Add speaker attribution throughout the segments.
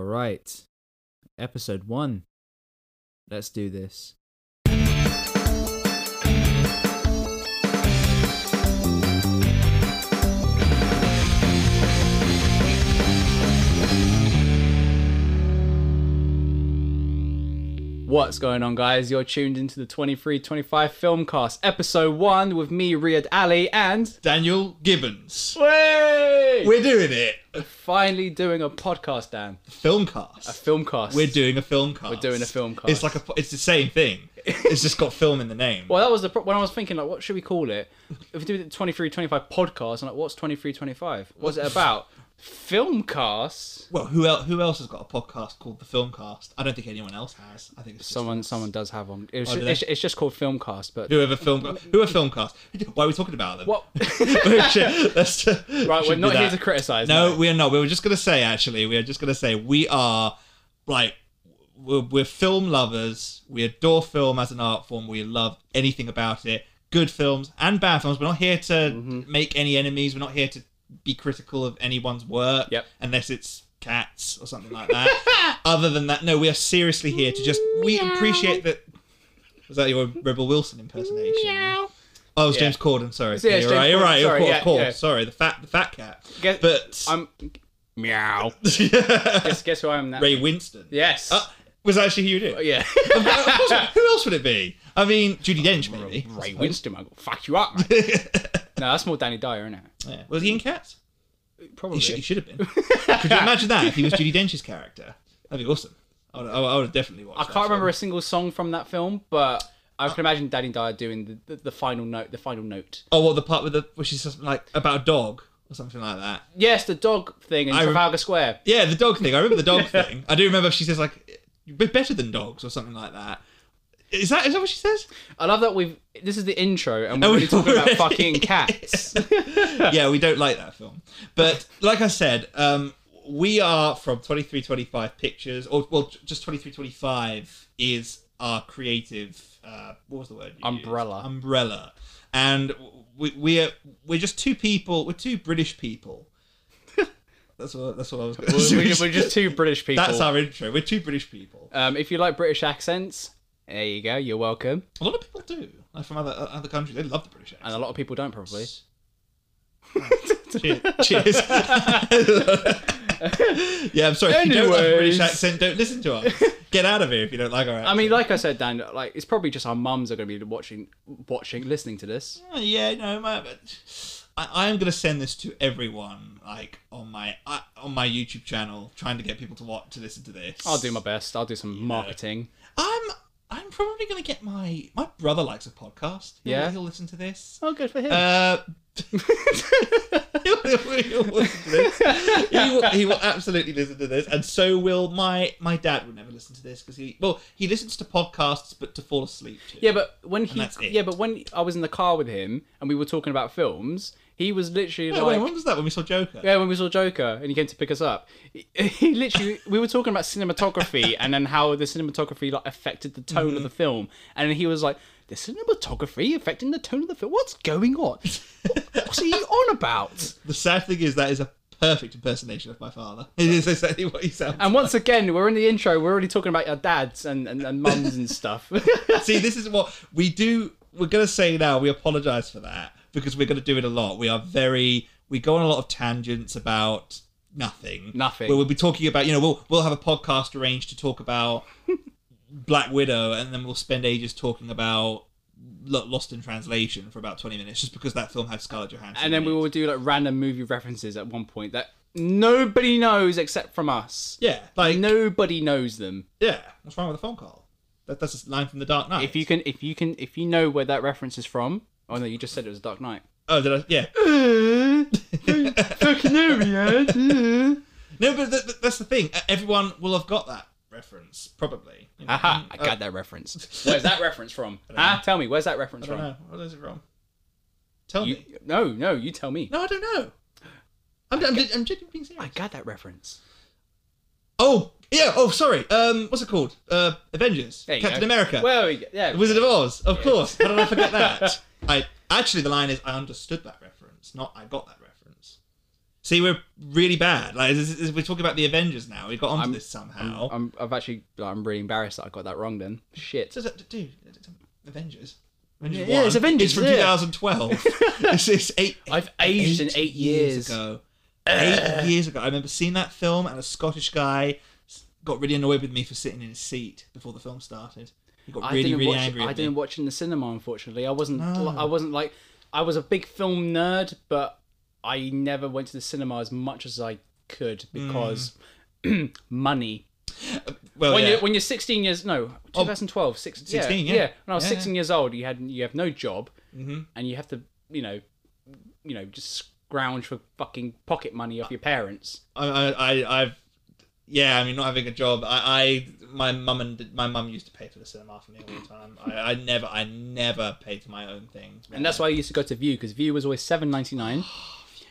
Speaker 1: right. Episode one. Let's do this. What's going on, guys? You're tuned into the 2325 Filmcast, episode one, with me, Riyad Ali, and.
Speaker 2: Daniel Gibbons.
Speaker 1: Way! We're
Speaker 2: We're doing it. A
Speaker 1: finally doing a podcast, Dan.
Speaker 2: film
Speaker 1: A
Speaker 2: cast.
Speaker 1: filmcast.
Speaker 2: We're doing a film cast.
Speaker 1: doing a film cast.
Speaker 2: It's like a. po- It's the same thing. It's just got film in the name.
Speaker 1: Well, that was the pro- when I was thinking like, what should we call it? If we do the twenty three twenty five podcast, I'm like, what's twenty three twenty five? What's it about? Film casts.
Speaker 2: Well, who else? Who else has got a podcast called the Film Cast? I don't think anyone else has. I think it's just
Speaker 1: Someone, someone does have one. It was
Speaker 2: Oh, do
Speaker 1: ju-
Speaker 2: they?
Speaker 1: it's, it's just called Filmcast, but
Speaker 2: Whoever film. Who are film cast? Why are we talking about them?
Speaker 1: what?
Speaker 2: Oh, shit. Let's-
Speaker 1: right, we're
Speaker 2: shouldn't
Speaker 1: not
Speaker 2: do
Speaker 1: here
Speaker 2: that.
Speaker 1: to criticize.
Speaker 2: No, we are not. We were just gonna say actually, we are just gonna say we are like we're, we're film lovers. We adore film as an art form. We love anything about it, good films and bad films. We're not here to
Speaker 1: Mm-hmm.
Speaker 2: make any enemies. We're not here to be critical of anyone's work,
Speaker 1: Yep.
Speaker 2: unless it's cats or something like that. Other than that, no, we are seriously here to just we appreciate that. Was that your Rebel Wilson impersonation? Oh, it was
Speaker 1: Yeah.
Speaker 2: James Corden. Sorry,
Speaker 1: Yeah, it's
Speaker 2: you're
Speaker 1: James
Speaker 2: right.
Speaker 1: Corden,
Speaker 2: You're right.
Speaker 1: sorry,
Speaker 2: of course,
Speaker 1: yeah,
Speaker 2: of course.
Speaker 1: yeah.
Speaker 2: Sorry, the fat, the fat cat.
Speaker 1: Guess-
Speaker 2: but
Speaker 1: I'm meow. Guess, guess who I am now?
Speaker 2: Ray Winston.
Speaker 1: Yes.
Speaker 2: Uh, was that actually who you did?
Speaker 1: Oh, yeah.
Speaker 2: Of course not. who else would it be? I mean, Judy Dench, maybe.
Speaker 1: Ray Winston, I'll fuck you up, mate. no, that's more Danny Dyer, isn't it?
Speaker 2: Yeah. Was he in Cats?
Speaker 1: Probably.
Speaker 2: He should, he should have been. Could you imagine that if he was Judy Dench's character? That'd be awesome. I would, I would- I would have definitely watched
Speaker 1: I can't remember a single song from that film, but I can imagine Danny Dyer doing the, the, the final note. The final note.
Speaker 2: Oh, what, the part with the, where she's just like, about a dog or something like that.
Speaker 1: Yes, the dog thing in
Speaker 2: I rem-
Speaker 1: Trafalgar Square.
Speaker 2: Yeah, the dog thing. I remember the dog thing. I do remember she says, like, we're better than dogs or something like that. Is that, is that what she says?
Speaker 1: I love that we've. This is the intro, and we're
Speaker 2: Are we
Speaker 1: already talking about
Speaker 2: already?
Speaker 1: fucking cats.
Speaker 2: yeah, we don't like that film. But like I said, um, we are from 2325 Pictures, or well, j- just 2325 is our creative. Uh, what was the word? you used?
Speaker 1: Umbrella.
Speaker 2: Umbrella. And we, we're we're just two people. We're two British people. that's what that's what I was. Gonna
Speaker 1: we're,
Speaker 2: say.
Speaker 1: we're- we're just two British people.
Speaker 2: That's our intro. We're two British people.
Speaker 1: um, if you like British accents, there you go. You're welcome.
Speaker 2: A lot of people do. Like from other other countries, they love the British accent.
Speaker 1: And a lot of people don't probably.
Speaker 2: Cheers. Cheers. yeah, I'm sorry. If you don't like a
Speaker 1: Anyways.
Speaker 2: British accent, don't listen to us. Get out of here if you don't like our accent.
Speaker 1: I mean, like I said, Dan, like it's probably just our mums are going to be watching, watching, listening to this.
Speaker 2: Oh, yeah, no, my, but I, I'm gonna send this to everyone, like on my I, on my YouTube channel, trying to get people to watch to listen to this.
Speaker 1: I'll do my best. I'll do some marketing.
Speaker 2: I'm I'm probably gonna get my my brother likes a podcast. He'll-
Speaker 1: Yeah?
Speaker 2: he'll listen to this.
Speaker 1: Oh, good for him.
Speaker 2: Uh,
Speaker 1: Uh,
Speaker 2: he'll, he'll listen to this. He will, he will absolutely listen to this, and so will my my dad. Would never listen to this because he well he listens to podcasts, but to fall asleep. To.
Speaker 1: Yeah, but when he
Speaker 2: that's it.
Speaker 1: yeah, but when I was in the car with him and we were talking about films, he was literally
Speaker 2: Wait,
Speaker 1: like,
Speaker 2: wait, when was that? When we saw Joker?
Speaker 1: yeah, when we saw Joker and he came to pick us up, he, he literally we were talking about cinematography and then how the cinematography like affected the tone
Speaker 2: Mm-hmm.
Speaker 1: of the film, and then he was like, the cinematography affecting the tone of the film. What's going on? What, what are you on about?
Speaker 2: The sad thing is that is a perfect impersonation of my father. It is exactly what he sounds.
Speaker 1: And once again, we're in the intro. We're already talking about our dads and and, and mums and stuff.
Speaker 2: See, this is what we do. We're gonna say now. We apologize for that because we're gonna do it a lot. We are very. We go on a lot of tangents about nothing.
Speaker 1: Nothing.
Speaker 2: Where we'll be talking about. You know, we'll we'll have a podcast arranged to talk about Black Widow, and then we'll spend ages talking about Lo- Lost in Translation for about twenty minutes, just because that film had Scarlett Johansson.
Speaker 1: and then
Speaker 2: in
Speaker 1: we
Speaker 2: it.
Speaker 1: will do like random movie references at one point that nobody knows except from us.
Speaker 2: Yeah, like
Speaker 1: Nobody knows them.
Speaker 2: yeah. What's wrong with a phone call? That, that's a line from The Dark Knight.
Speaker 1: If you can, if you can, if you know where that reference is from. Oh no, you just said it was Dark Knight.
Speaker 2: oh, did I? Yeah.
Speaker 1: Fucking know, man.
Speaker 2: No, but th- th- that's the thing. E, Everyone will have got that reference, probably. You know, uh,
Speaker 1: Aha! I
Speaker 2: I
Speaker 1: got that reference. Where's that reference from? Huh? Tell me, where's that reference
Speaker 2: don't
Speaker 1: from?
Speaker 2: know. What is it from? Tell
Speaker 1: You,
Speaker 2: me.
Speaker 1: no, no, you tell me.
Speaker 2: No, I don't know. I'm, I'm, I'm genuinely being
Speaker 1: I
Speaker 2: serious.
Speaker 1: got that reference.
Speaker 2: Oh, yeah. Oh, sorry. Um, what's it called? Uh, Avengers.
Speaker 1: There you
Speaker 2: Captain
Speaker 1: go.
Speaker 2: America.
Speaker 1: Well, yeah.
Speaker 2: The Wizard of Oz. Of course. How did I forget that? I actually the line is I understood that reference, not I got that reference. See, we're really bad. Like this is- we're talking about the Avengers now. We got onto
Speaker 1: I'm-
Speaker 2: this somehow.
Speaker 1: I'm, I've actually, I'm really embarrassed that I got that wrong. Then shit.
Speaker 2: It's- it's- dude, it's Avengers. Avengers
Speaker 1: Yeah, it's Avengers,
Speaker 2: It's from
Speaker 1: yeah.
Speaker 2: 2012. it's, it's eight.
Speaker 1: I've aged in eight years.
Speaker 2: ago. Eight years ago, I remember seeing that film, and a Scottish guy s- got really annoyed with me for sitting in his seat before the film started. He got
Speaker 1: I
Speaker 2: really,
Speaker 1: didn't
Speaker 2: really
Speaker 1: watch.
Speaker 2: angry.
Speaker 1: I
Speaker 2: At
Speaker 1: didn't
Speaker 2: me.
Speaker 1: watch in the cinema. Unfortunately, I wasn't.
Speaker 2: No.
Speaker 1: I wasn't like. I was a big film nerd, but I never went to the cinema as much as I could
Speaker 2: Mm.
Speaker 1: because money. when
Speaker 2: Well, Oh, yeah.
Speaker 1: you're when you're 16 years no 2012 six-
Speaker 2: 16,
Speaker 1: yeah,
Speaker 2: yeah.
Speaker 1: yeah when I was
Speaker 2: Yeah, Mm-hmm.
Speaker 1: 16 years old you had you have no job and you have to you know you know just scrounge for fucking pocket money off your parents
Speaker 2: I, I, I, I've, yeah. I mean, not having a job. I, I my mum and my mum used to pay for the cinema for me all the time. I, I never, I never paid for my own things.
Speaker 1: and that's why I used to go to View because View was always 7.99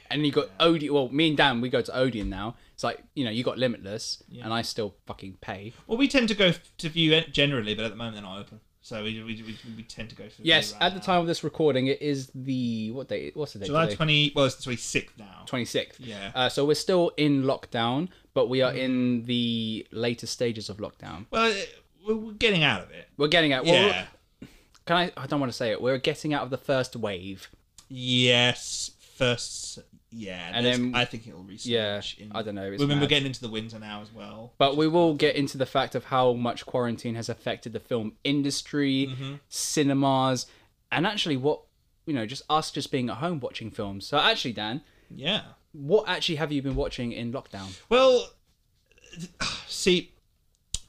Speaker 1: and you got Odeon well me and Dan we go to Odeon now it's like you know you got Limitless and I still fucking pay
Speaker 2: Well, we tend to go f- to view en- generally, but at the moment they're not open, so we we, we, we tend to go for
Speaker 1: yes
Speaker 2: View right
Speaker 1: at the
Speaker 2: now.
Speaker 1: time of this recording it is the what date what's the date
Speaker 2: July
Speaker 1: today?
Speaker 2: twenty. Well, it's the twenty sixth now.
Speaker 1: 26th.
Speaker 2: Yeah. Mm.
Speaker 1: Uh, so we're still in lockdown, but we are in the later stages of lockdown.
Speaker 2: Well, it, we're- we're getting out of it.
Speaker 1: We're getting out. Well,
Speaker 2: Yeah.
Speaker 1: Can I? I don't want to say it. We're getting out of the first wave.
Speaker 2: Yes. First. Yeah.
Speaker 1: And
Speaker 2: And then
Speaker 1: then-
Speaker 2: I think it'll research.
Speaker 1: Yeah.
Speaker 2: in-
Speaker 1: I don't know. It's
Speaker 2: Women, we're
Speaker 1: mad.
Speaker 2: getting into the winter now as well.
Speaker 1: But we will get into the fact of how much quarantine has affected the film industry, cinemas, and actually what you know, just us just being at home watching films. So actually, Dan,
Speaker 2: Yeah.
Speaker 1: what actually have you been watching in lockdown?
Speaker 2: Well, see,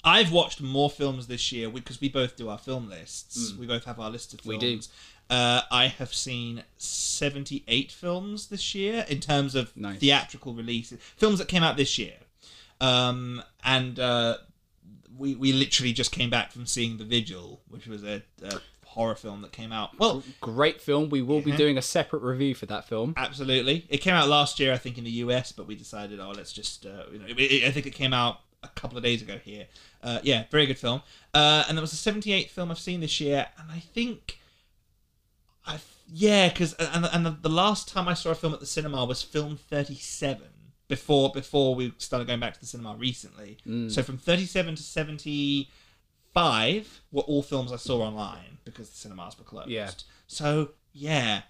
Speaker 2: I've watched more films this year because we both do our film lists. We both have our list of
Speaker 1: Hmm. We
Speaker 2: films.
Speaker 1: do.
Speaker 2: Uh, I have seen 78 films this year in terms of
Speaker 1: Nice.
Speaker 2: theatrical releases, films that came out this year. Um, and uh, we, we literally just came back from seeing The Vigil, which was a, a horror film that came out. Well,
Speaker 1: Great film. We will be doing a separate review for that film.
Speaker 2: Absolutely, it came out last year, I think, in the US, but we decided, oh, let's just, uh, you know, it, it- I think it came out a couple of days ago here. Uh, yeah, very good film. Uh, and that was the 78th film I've seen this year, and I think, I yeah, because and and the, the last time I saw a film at the cinema was film 37 before before we started going back to the cinema recently. So from 37 to 75 were all films I saw online because the cinemas were closed.
Speaker 1: Yeah.
Speaker 2: So yeah.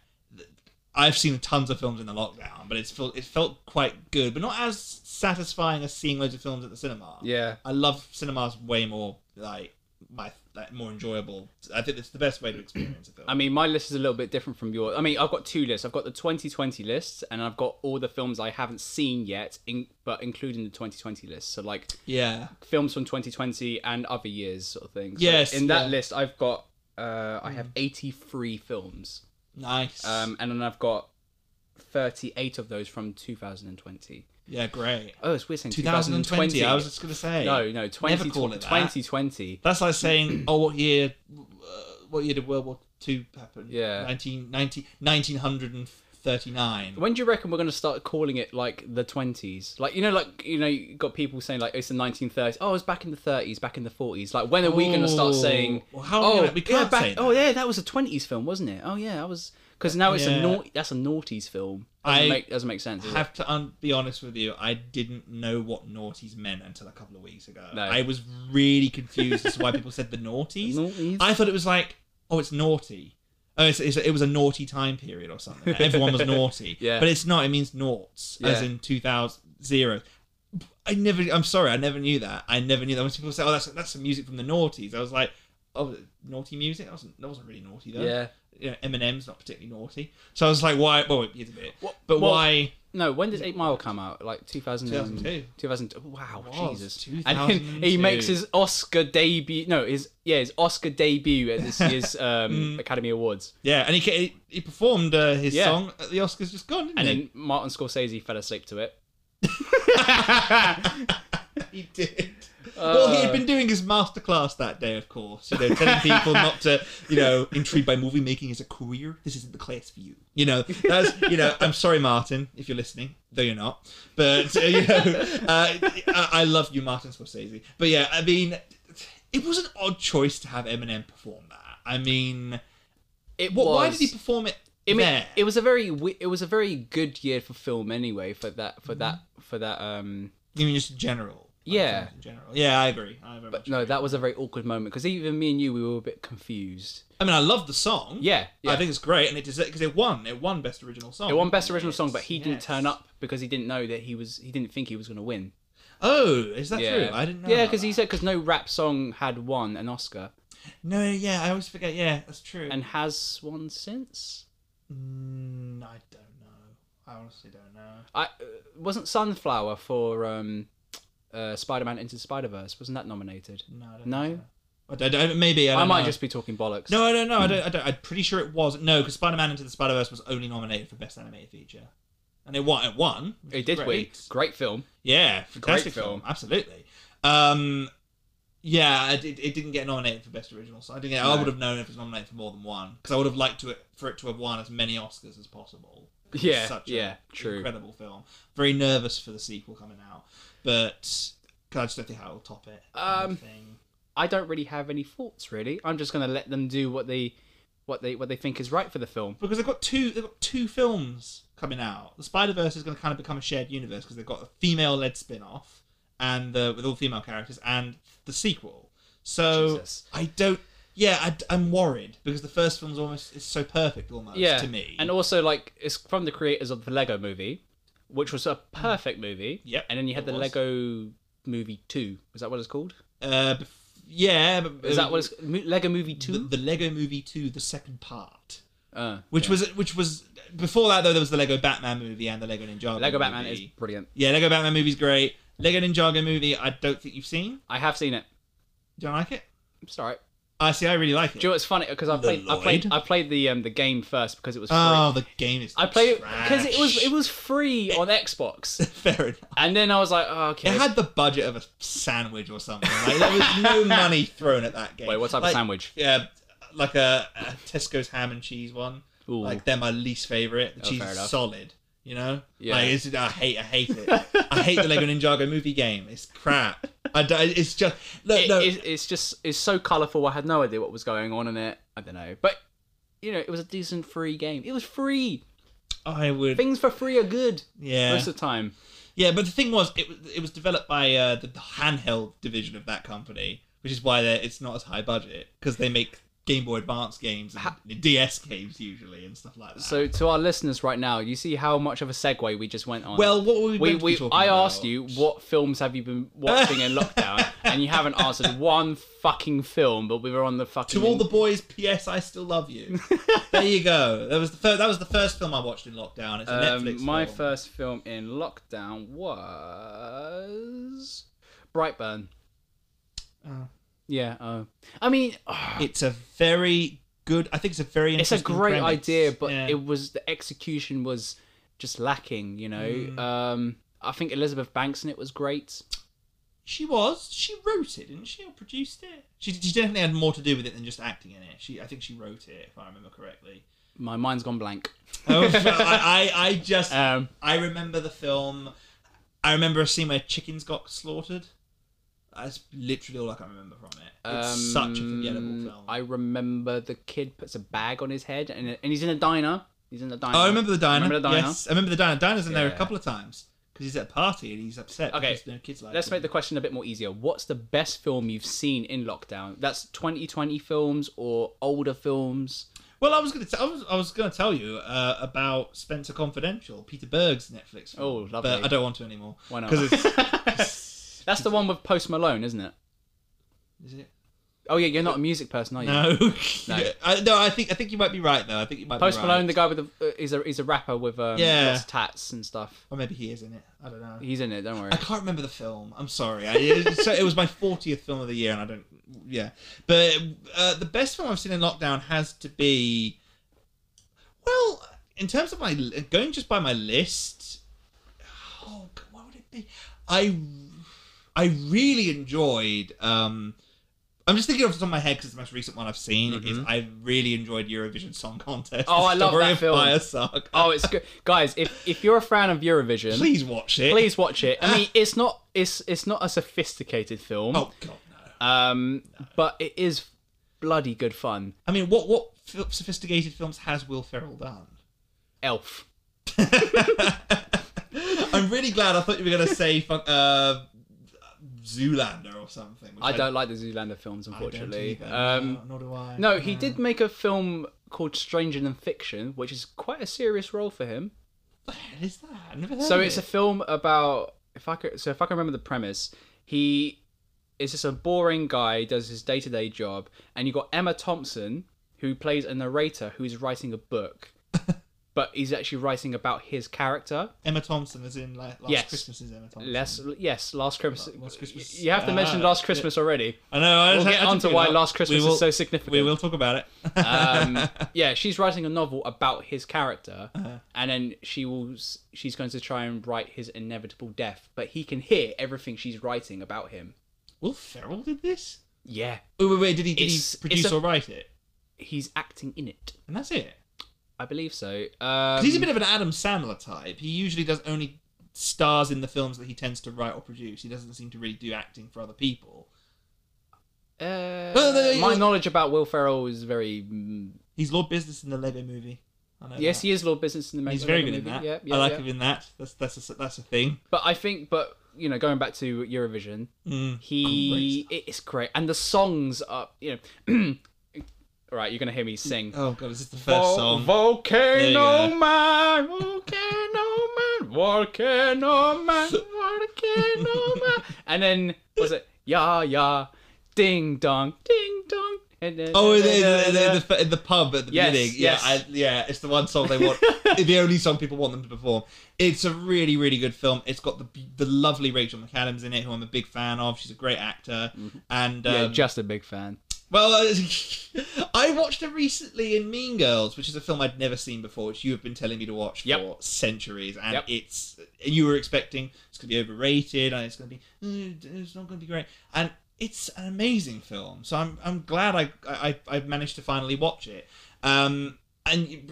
Speaker 2: I've seen tons of films in the lockdown, but it's felt it felt quite good, but not as satisfying as seeing loads of films at the cinema.
Speaker 1: Yeah.
Speaker 2: I love cinemas way more like my like, more enjoyable. I think it's the best way to experience a film.
Speaker 1: I mean, my list is a little bit different from yours. I mean, I've got two lists. I've got the 2020 list, and I've got all the films I haven't seen yet, in, but including the 2020 list. So like
Speaker 2: yeah,
Speaker 1: films from 2020 and other years, sort of thing. So
Speaker 2: Yes,
Speaker 1: In that
Speaker 2: yeah.
Speaker 1: list, I've got uh, I have 83 films,
Speaker 2: nice.
Speaker 1: um, and then I've got 38 of those from 2020.
Speaker 2: yeah, great.
Speaker 1: Oh, it's weird saying
Speaker 2: 2020. I was just gonna say
Speaker 1: no, no, 20,
Speaker 2: Never call it that.
Speaker 1: 2020.
Speaker 2: That's like saying, oh, what year? Uh, what year did World War Two happen?
Speaker 1: Yeah.
Speaker 2: 19, 19 1939.
Speaker 1: When do you reckon we're going to start calling it like the twenties? Like you know, like you know, you got people saying like it's the nineteen thirties. Oh, it's back in the thirties, back in the forties. Like when are we going to start
Speaker 2: Oh,
Speaker 1: saying?
Speaker 2: well, how are we
Speaker 1: oh,
Speaker 2: gonna- we
Speaker 1: yeah,
Speaker 2: can't
Speaker 1: back.
Speaker 2: say that.
Speaker 1: Oh yeah, that was a twenties film, wasn't it? Oh yeah, that was because now it's
Speaker 2: Yeah.
Speaker 1: a naughty. That's a naughties film. Doesn't
Speaker 2: I
Speaker 1: make, doesn't make sense. does it?
Speaker 2: have to un- be honest with you. I didn't know what naughties meant until a couple of weeks ago.
Speaker 1: No.
Speaker 2: I was really confused as to why people said the naughties.
Speaker 1: Naughties.
Speaker 2: I thought it was like, oh, it's naughty. Oh, it's, it's, it was a naughty time period or something. Everyone was naughty.
Speaker 1: Yeah.
Speaker 2: But it's not. It means noughts, as
Speaker 1: Yeah.
Speaker 2: in 2000, zeros. I never. I'm sorry. I never knew that. I never knew that. When people say, "Oh, that's that's some music from the noughties," I was like, "Oh, naughty music? That wasn't that wasn't really naughty though."
Speaker 1: Yeah.
Speaker 2: You know, Eminem's not particularly naughty. So I was like, "Why? Well, it is a bit. but
Speaker 1: well,
Speaker 2: why?"
Speaker 1: No, when did Eight Mile come out? Like 2000
Speaker 2: 2002.
Speaker 1: 2002. Wow,
Speaker 2: Wow,
Speaker 1: Jesus. And then he
Speaker 2: 2002.
Speaker 1: makes his Oscar debut. No, his yeah, his Oscar debut at this year's
Speaker 2: Mm.
Speaker 1: um, Academy Awards.
Speaker 2: Yeah, and he ca- he, he performed uh, his
Speaker 1: Yeah.
Speaker 2: song at the Oscars just gone, didn't
Speaker 1: And
Speaker 2: he?
Speaker 1: then Martin Scorsese fell asleep to it.
Speaker 2: he did. well,
Speaker 1: Uh.
Speaker 2: he had been doing his masterclass that day, of course. You know, telling people not to, you know, intrigued by movie making as a career. This isn't the class for you. You know, that's, you know, I'm sorry, Martin, if you're listening, though you're not. But uh, you know, uh, I, I love you, Martin Scorsese. But yeah, I mean, it was an odd choice to have Eminem perform that. I mean,
Speaker 1: It
Speaker 2: what,
Speaker 1: was.
Speaker 2: why did he perform it
Speaker 1: I mean,
Speaker 2: there.
Speaker 1: it was a very we- it was a very good year for film anyway for that for that for that um
Speaker 2: You mean just in general? Like,
Speaker 1: Yeah.
Speaker 2: in general. Yeah, I agree. I very much.
Speaker 1: no that was a very awkward moment because even me and you we were a bit confused.
Speaker 2: I mean, I love the song.
Speaker 1: Yeah, yeah.
Speaker 2: I think it's great, and it deserves because it won. It won best original song.
Speaker 1: It won best original song,
Speaker 2: Yes,
Speaker 1: but he didn't
Speaker 2: yes.
Speaker 1: turn up because he didn't know that he was he didn't think he was going to win.
Speaker 2: Oh, is that
Speaker 1: Yeah,
Speaker 2: true? I didn't know.
Speaker 1: Yeah,
Speaker 2: about
Speaker 1: because he
Speaker 2: that.
Speaker 1: said because no rap song had won an Oscar
Speaker 2: no. Yeah, I always forget. Yeah, that's true.
Speaker 1: and has won since.
Speaker 2: Mm, I don't know. I honestly don't know.
Speaker 1: I uh, wasn't Sunflower for um, uh, Spider-Man Into Spider-Verse. Wasn't that nominated?
Speaker 2: No. I don't
Speaker 1: No?
Speaker 2: think so. I don't, I don't- maybe I,
Speaker 1: I,
Speaker 2: don't
Speaker 1: might
Speaker 2: know.
Speaker 1: just Hmm. be talking bollocks.
Speaker 2: No, I don't know. I don't, I don't. I'm pretty sure it was no, because Spider-Man Into the Spider-Verse was only nominated for Best Animated Feature, and it won. It won. which
Speaker 1: it
Speaker 2: is
Speaker 1: did win. Great film.
Speaker 2: Yeah, fantastic
Speaker 1: film.
Speaker 2: film. absolutely. Um, yeah, it, it, it didn't get nominated for best original song. I didn't. Get, I
Speaker 1: No.
Speaker 2: would have known if it was nominated for more than one because I would have liked to for it to have won as many Oscars as possible. It's
Speaker 1: Yeah,
Speaker 2: such
Speaker 1: yeah,
Speaker 2: a
Speaker 1: true.
Speaker 2: Incredible film. Very nervous for the sequel coming out, but 'cause I just don't think how will top it. kind of
Speaker 1: Um,
Speaker 2: thing.
Speaker 1: I don't really have any thoughts. Really, I'm just gonna let them do what they, what they, what they think is right for the film.
Speaker 2: because they've got two they've got two films coming out. The Spider Verse is going to kind of become a shared universe because they've got a female led spin off and the, with all female characters and the sequel. So
Speaker 1: Jesus.
Speaker 2: I don't. Yeah, I, am worried because the first film's almost it's so perfect almost
Speaker 1: Yeah,
Speaker 2: to me.
Speaker 1: and also like it's from the creators of the Lego Movie, which was a perfect movie.
Speaker 2: Yep,
Speaker 1: And then you had
Speaker 2: it
Speaker 1: the
Speaker 2: was.
Speaker 1: Lego Movie Two. Is that what it's called?
Speaker 2: uh, bef- yeah, but, uh,
Speaker 1: Is that what it's Mo- Lego Movie
Speaker 2: the,
Speaker 1: Two?
Speaker 2: the Lego Movie Two, the second part.
Speaker 1: Uh,
Speaker 2: Which
Speaker 1: yeah.
Speaker 2: was which was before that though there was the Lego Batman movie and the Lego Ninjago.
Speaker 1: Lego Batman
Speaker 2: movie.
Speaker 1: is brilliant.
Speaker 2: yeah Lego Batman movie's great. Lego Ninjago movie I don't think you've seen.
Speaker 1: I have seen it.
Speaker 2: Don't like it?
Speaker 1: It's alright.
Speaker 2: I see. I really like it.
Speaker 1: Do you know what's funny? Because I played, I played, I played the um, the game first because it was free.
Speaker 2: oh, the game is.
Speaker 1: I played it because it was
Speaker 2: trash.
Speaker 1: it was free on Xbox,
Speaker 2: fair enough.
Speaker 1: and then I was like, oh, okay.
Speaker 2: It had the budget of a sandwich or something. Like there was no money thrown at that game.
Speaker 1: Wait, what type
Speaker 2: Like,
Speaker 1: of sandwich?
Speaker 2: Yeah, like a, a Tesco's ham and cheese one.
Speaker 1: Ooh.
Speaker 2: Like they're my least favorite. The
Speaker 1: Oh,
Speaker 2: cheese
Speaker 1: fair
Speaker 2: is
Speaker 1: enough.
Speaker 2: solid. You know,
Speaker 1: Yeah.
Speaker 2: like it's, I hate, I hate it. I hate the Lego Ninjago movie game. It's crap. I, don't- it's just look,
Speaker 1: It-
Speaker 2: Uh, no,
Speaker 1: it's, it's just it's so colorful. I had no idea what was going on in it. I don't know, but you know, it was a decent free game. It was free.
Speaker 2: I would.
Speaker 1: Things for free are good
Speaker 2: yeah,
Speaker 1: most of the time.
Speaker 2: Yeah, but the thing was, it was it was developed by uh, the, the handheld division of that company, which is why they're- it's not as high budget because they make Game Boy Advance games and DS games usually and stuff like that.
Speaker 1: So to our listeners right now, you see how much of a segue we just went on.
Speaker 2: well, what were we,
Speaker 1: we,
Speaker 2: meant to be
Speaker 1: we
Speaker 2: talking
Speaker 1: I
Speaker 2: about?
Speaker 1: asked you what films have you been watching in lockdown, and you haven't answered one fucking film. But we were on the fucking
Speaker 2: to all the boys. P.S. I still love you. there you go. That was the first, that was the first film I watched in lockdown. It's a Netflix.
Speaker 1: Um, my
Speaker 2: film.
Speaker 1: first film in lockdown was Brightburn.
Speaker 2: Oh.
Speaker 1: Yeah, oh. I mean, ah,
Speaker 2: It's a very good. I think it's a very.
Speaker 1: it's a
Speaker 2: interesting
Speaker 1: great
Speaker 2: premise.
Speaker 1: idea, but
Speaker 2: Yeah.
Speaker 1: it was the execution was just lacking. You know,
Speaker 2: Mm.
Speaker 1: um, I think Elizabeth Banks in it was great.
Speaker 2: She was. She wrote it, didn't she, or produced it? She, she definitely had more to do with it than just acting in it. She, I think, she wrote it, if I remember correctly.
Speaker 1: My mind's gone blank.
Speaker 2: Oh, I, I, I just,
Speaker 1: Um,
Speaker 2: I remember the film. I remember a scene where chickens got slaughtered. That's literally all I can remember from it. It's such a forgettable
Speaker 1: Um,
Speaker 2: film.
Speaker 1: I
Speaker 2: I,
Speaker 1: remember the kid puts a bag on his head and, and he's in a diner. He's in a diner.
Speaker 2: oh, I remember the diner.
Speaker 1: Remember the diner?
Speaker 2: Yes, I remember the diner. Diner's in there
Speaker 1: Yeah.
Speaker 2: a couple of times because he's at a party and he's upset.
Speaker 1: Okay,
Speaker 2: because no kids like
Speaker 1: Let's
Speaker 2: him.
Speaker 1: make the question a bit more easier. What's the best film you've seen in lockdown? That's 2020 films or older films.
Speaker 2: Well, I was gonna, t- I was, I was gonna tell you uh, about Spencer Confidential, Peter Berg's Netflix. Film,
Speaker 1: Oh, lovely.
Speaker 2: But I don't want to anymore.
Speaker 1: Why not?
Speaker 2: 'Cause it's,
Speaker 1: That's the one with Post Malone, isn't it?
Speaker 2: is it?
Speaker 1: Oh yeah, you're not a music person, are you?
Speaker 2: No, no. I, no. I think, I think you might be right though. I think you might
Speaker 1: Post
Speaker 2: be right.
Speaker 1: Malone, the guy with the uh, is a is a rapper with um,
Speaker 2: Yeah.
Speaker 1: lots of tats and stuff.
Speaker 2: or maybe he is in it. I don't know.
Speaker 1: He's in it. Don't worry.
Speaker 2: I can't remember the film. I'm sorry. I, it, so it was my 40th film of the year, and I don't. Yeah, but uh, the best film I've seen in lockdown has to be. Well, in terms of my going just by my list, oh, God, what would it be? I I really enjoyed. um I'm just thinking off the top of my head because the most recent one I've seen is I really enjoyed Eurovision Song Contest.
Speaker 1: Mm-hmm. Oh,
Speaker 2: The
Speaker 1: I love
Speaker 2: Story
Speaker 1: that
Speaker 2: of
Speaker 1: film.
Speaker 2: Fire Saga.
Speaker 1: Oh, it's good, guys. If if you're a fan of Eurovision,
Speaker 2: please watch it.
Speaker 1: please watch it. I mean, it's not it's it's not a sophisticated film,
Speaker 2: Oh God, no.
Speaker 1: um, but it is bloody good fun.
Speaker 2: I mean, what what f- sophisticated films has Will Ferrell done?
Speaker 1: Elf.
Speaker 2: I'm really glad. I thought you were gonna say fu- uh, Zoolander or something. which
Speaker 1: I don't like the Zoolander films,
Speaker 2: I don't
Speaker 1: unfortunately.
Speaker 2: either.
Speaker 1: um,
Speaker 2: No, nor do I.
Speaker 1: no, he did make a film called Stranger Than Fiction, which is quite a serious role for him.
Speaker 2: What the hell is that? I've never heard
Speaker 1: So
Speaker 2: of
Speaker 1: it's a
Speaker 2: it.
Speaker 1: film about if I could, so if I can remember the premise, he is just a boring guy, does his day to day job, and you got Emma Thompson who plays a narrator who is writing a book, but he's actually writing about his character.
Speaker 2: Emma Thompson is in like last
Speaker 1: Yes.
Speaker 2: Christmas is Emma Thompson.
Speaker 1: Last, yes, Last Christmas.
Speaker 2: Last Christmas.
Speaker 1: You have to mention
Speaker 2: Ah,
Speaker 1: Last Christmas already.
Speaker 2: I know. I
Speaker 1: We'll
Speaker 2: just,
Speaker 1: get
Speaker 2: I
Speaker 1: on
Speaker 2: just
Speaker 1: to
Speaker 2: picked
Speaker 1: why
Speaker 2: it up.
Speaker 1: Last Christmas
Speaker 2: We will-
Speaker 1: is so significant.
Speaker 2: We will talk about it.
Speaker 1: um, yeah, she's writing a novel about his character,
Speaker 2: Uh-huh.
Speaker 1: and then she will. s- She's going to try and write his inevitable death, but he can hear everything she's writing about him.
Speaker 2: Will Ferrell did this?
Speaker 1: Yeah,
Speaker 2: Wait, wait, wait. Did he, did he
Speaker 1: It's- it's
Speaker 2: produce
Speaker 1: a-
Speaker 2: or write it?
Speaker 1: he's acting in it.
Speaker 2: And that's it.
Speaker 1: I believe so.
Speaker 2: 'Cause
Speaker 1: Um,
Speaker 2: he's a bit of an Adam Sandler type. He usually does only stars in the films that he tends to write or produce. He doesn't seem to really do acting for other people.
Speaker 1: uh,
Speaker 2: Well, no, no,
Speaker 1: my
Speaker 2: you-
Speaker 1: knowledge about Will Ferrell is very. mm,
Speaker 2: He's Lord Business in the Lego Movie. I know
Speaker 1: yes,
Speaker 2: that.
Speaker 1: he is Lord Business in the Meg-
Speaker 2: he's very
Speaker 1: Mega
Speaker 2: good in
Speaker 1: movie.
Speaker 2: that.
Speaker 1: Yeah, yeah,
Speaker 2: I like
Speaker 1: yeah.
Speaker 2: him in that. That's that's a, that's a thing.
Speaker 1: But I think, but you know, going back to Eurovision,
Speaker 2: Mm.
Speaker 1: he it's great, and the songs are you know. All right, you're gonna hear me sing.
Speaker 2: Oh god, is this the first
Speaker 1: Vol-
Speaker 2: song? There you
Speaker 1: Volcano
Speaker 2: go.
Speaker 1: man, volcano man, volcano man, volcano man. And then was it ya ya, ding dong, ding dong. And then,
Speaker 2: Oh, in the, in the, in the, in the pub at the
Speaker 1: Yes,
Speaker 2: beginning.
Speaker 1: yes.
Speaker 2: Yeah, I, yeah, it's the one song they want. the only song people want them to perform. It's a really, really good film. It's got the be- the lovely Rachel McAdams in it, who I'm a big fan of. She's a great actor. And um,
Speaker 1: Mm-hmm. yeah, just a big fan.
Speaker 2: well, uh, I watched her recently in Mean Girls, which is a film I'd never seen before, which you have been telling me to watch
Speaker 1: Yep.
Speaker 2: for centuries, and
Speaker 1: Yep.
Speaker 2: it's uh, you were expecting it's going to be overrated and it's going to be "Mm, it's not going to be great, and it's an amazing film. So I'm I'm glad I I I managed to finally watch it. Um, and you-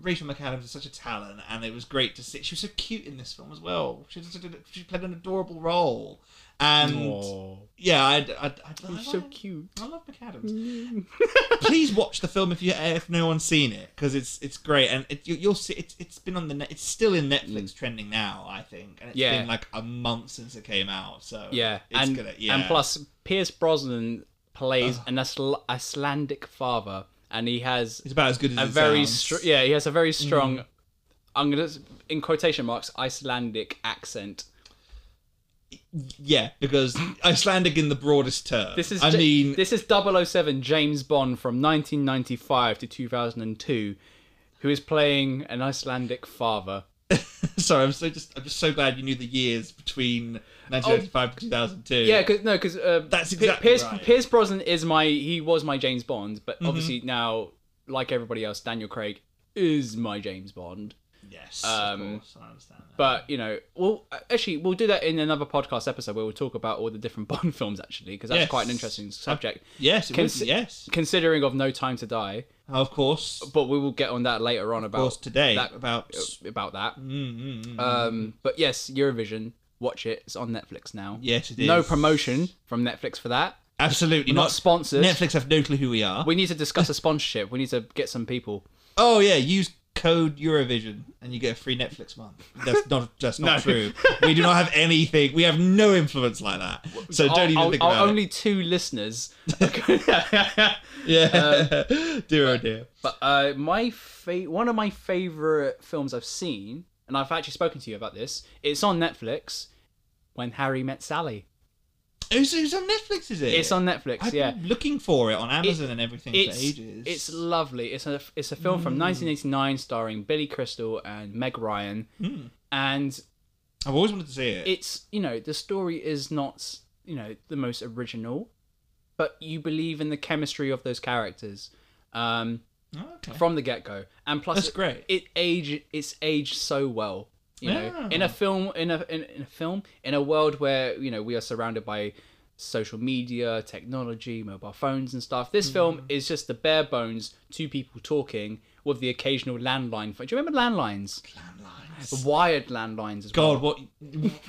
Speaker 2: Rachel McAdams is such a talent, and it was great to see. She was so cute in this film as well. She was, she played an adorable role, and
Speaker 1: Oh,
Speaker 2: yeah, I I, I, I
Speaker 1: he's so
Speaker 2: like-
Speaker 1: cute.
Speaker 2: I love McAdams. Please watch the film if you if no one's seen it because it's it's great and it, you, you'll see it's it's been on the net it's still in Netflix trending now I think and it's
Speaker 1: Mm. Yeah.
Speaker 2: been like a month since it came out so
Speaker 1: Yeah,
Speaker 2: it's
Speaker 1: and
Speaker 2: gonna, yeah
Speaker 1: and plus Pierce Brosnan plays an Isla- Icelandic father, and he has
Speaker 2: it's about as good as
Speaker 1: a
Speaker 2: it
Speaker 1: very
Speaker 2: sounds. Mm.
Speaker 1: str- yeah he has a very strong i'm gonna s- in quotation marks icelandic accent
Speaker 2: yeah because Icelandic in the broadest term
Speaker 1: this is
Speaker 2: I
Speaker 1: Ja-
Speaker 2: mean
Speaker 1: this is 007 james bond from 1995 to 2002 who is playing an icelandic father
Speaker 2: sorry I'm so just I'm just so glad you knew the years between 1995 to 2002
Speaker 1: yeah cause, no because uh,
Speaker 2: That's
Speaker 1: Pi-
Speaker 2: exactly
Speaker 1: pierce,
Speaker 2: right. Mm-hmm.
Speaker 1: pierce brosnan is my he was my james bond but obviously now like everybody else daniel craig is my james bond
Speaker 2: yes
Speaker 1: Um,
Speaker 2: of course I understand that
Speaker 1: But you know, well, uh, actually, we'll do that in another podcast episode where we'll talk about all the different Bond films, actually, because that's
Speaker 2: Yes.
Speaker 1: quite an interesting subject.
Speaker 2: yes it
Speaker 1: cons-
Speaker 2: would, yes
Speaker 1: Considering of No Time to Die,
Speaker 2: of course of
Speaker 1: but we will get on that later on
Speaker 2: course
Speaker 1: about
Speaker 2: today
Speaker 1: that- uh,
Speaker 2: about
Speaker 1: about that.
Speaker 2: Mm, mm, mm.
Speaker 1: Um, but yes, Eurovision, watch it. It's on Netflix now.
Speaker 2: Yes, it is.
Speaker 1: No promotion from Netflix for that.
Speaker 2: Absolutely
Speaker 1: Not
Speaker 2: not.
Speaker 1: sponsored.
Speaker 2: Netflix have no clue who we are.
Speaker 1: We need to discuss a sponsorship. We need to get some people.
Speaker 2: oh yeah, use code Eurovision and you get a free Netflix month. That's not that's not true. We do not have anything. We have no influence like that. So don't
Speaker 1: Our-
Speaker 2: even
Speaker 1: our-
Speaker 2: think
Speaker 1: our
Speaker 2: about
Speaker 1: only two listeners.
Speaker 2: it. Yeah,
Speaker 1: uh,
Speaker 2: dear oh dear.
Speaker 1: But uh, my fa- one of my favorite films I've seen, and I've actually spoken to you about this. It's on Netflix. When Harry Met Sally.
Speaker 2: Who's, who's Oh, on Netflix? Is it?
Speaker 1: It's on Netflix.
Speaker 2: I've
Speaker 1: yeah,
Speaker 2: been looking for it on Amazon and everything
Speaker 1: it's
Speaker 2: for ages. Mm.
Speaker 1: it's lovely. It's a it's a film from 1989 starring Billy Crystal and Meg Ryan, and
Speaker 2: Hmm. I've always wanted to see it.
Speaker 1: it's you know the story is not you know the most original, but you believe in the chemistry of those characters. Um,
Speaker 2: Oh, okay.
Speaker 1: from the get go, and plus
Speaker 2: That's
Speaker 1: it-
Speaker 2: great.
Speaker 1: It age it's aged so well, you know,
Speaker 2: Yeah.
Speaker 1: in a film, in a in, in a film, in a world where you know we are surrounded by social media, technology, mobile phones, and stuff.
Speaker 2: Hmm.
Speaker 1: This film is just the bare bones, two people talking with the occasional landline. phone. Do you remember landlines?
Speaker 2: Landlines.
Speaker 1: The wired landlines as well.
Speaker 2: Oh, God, what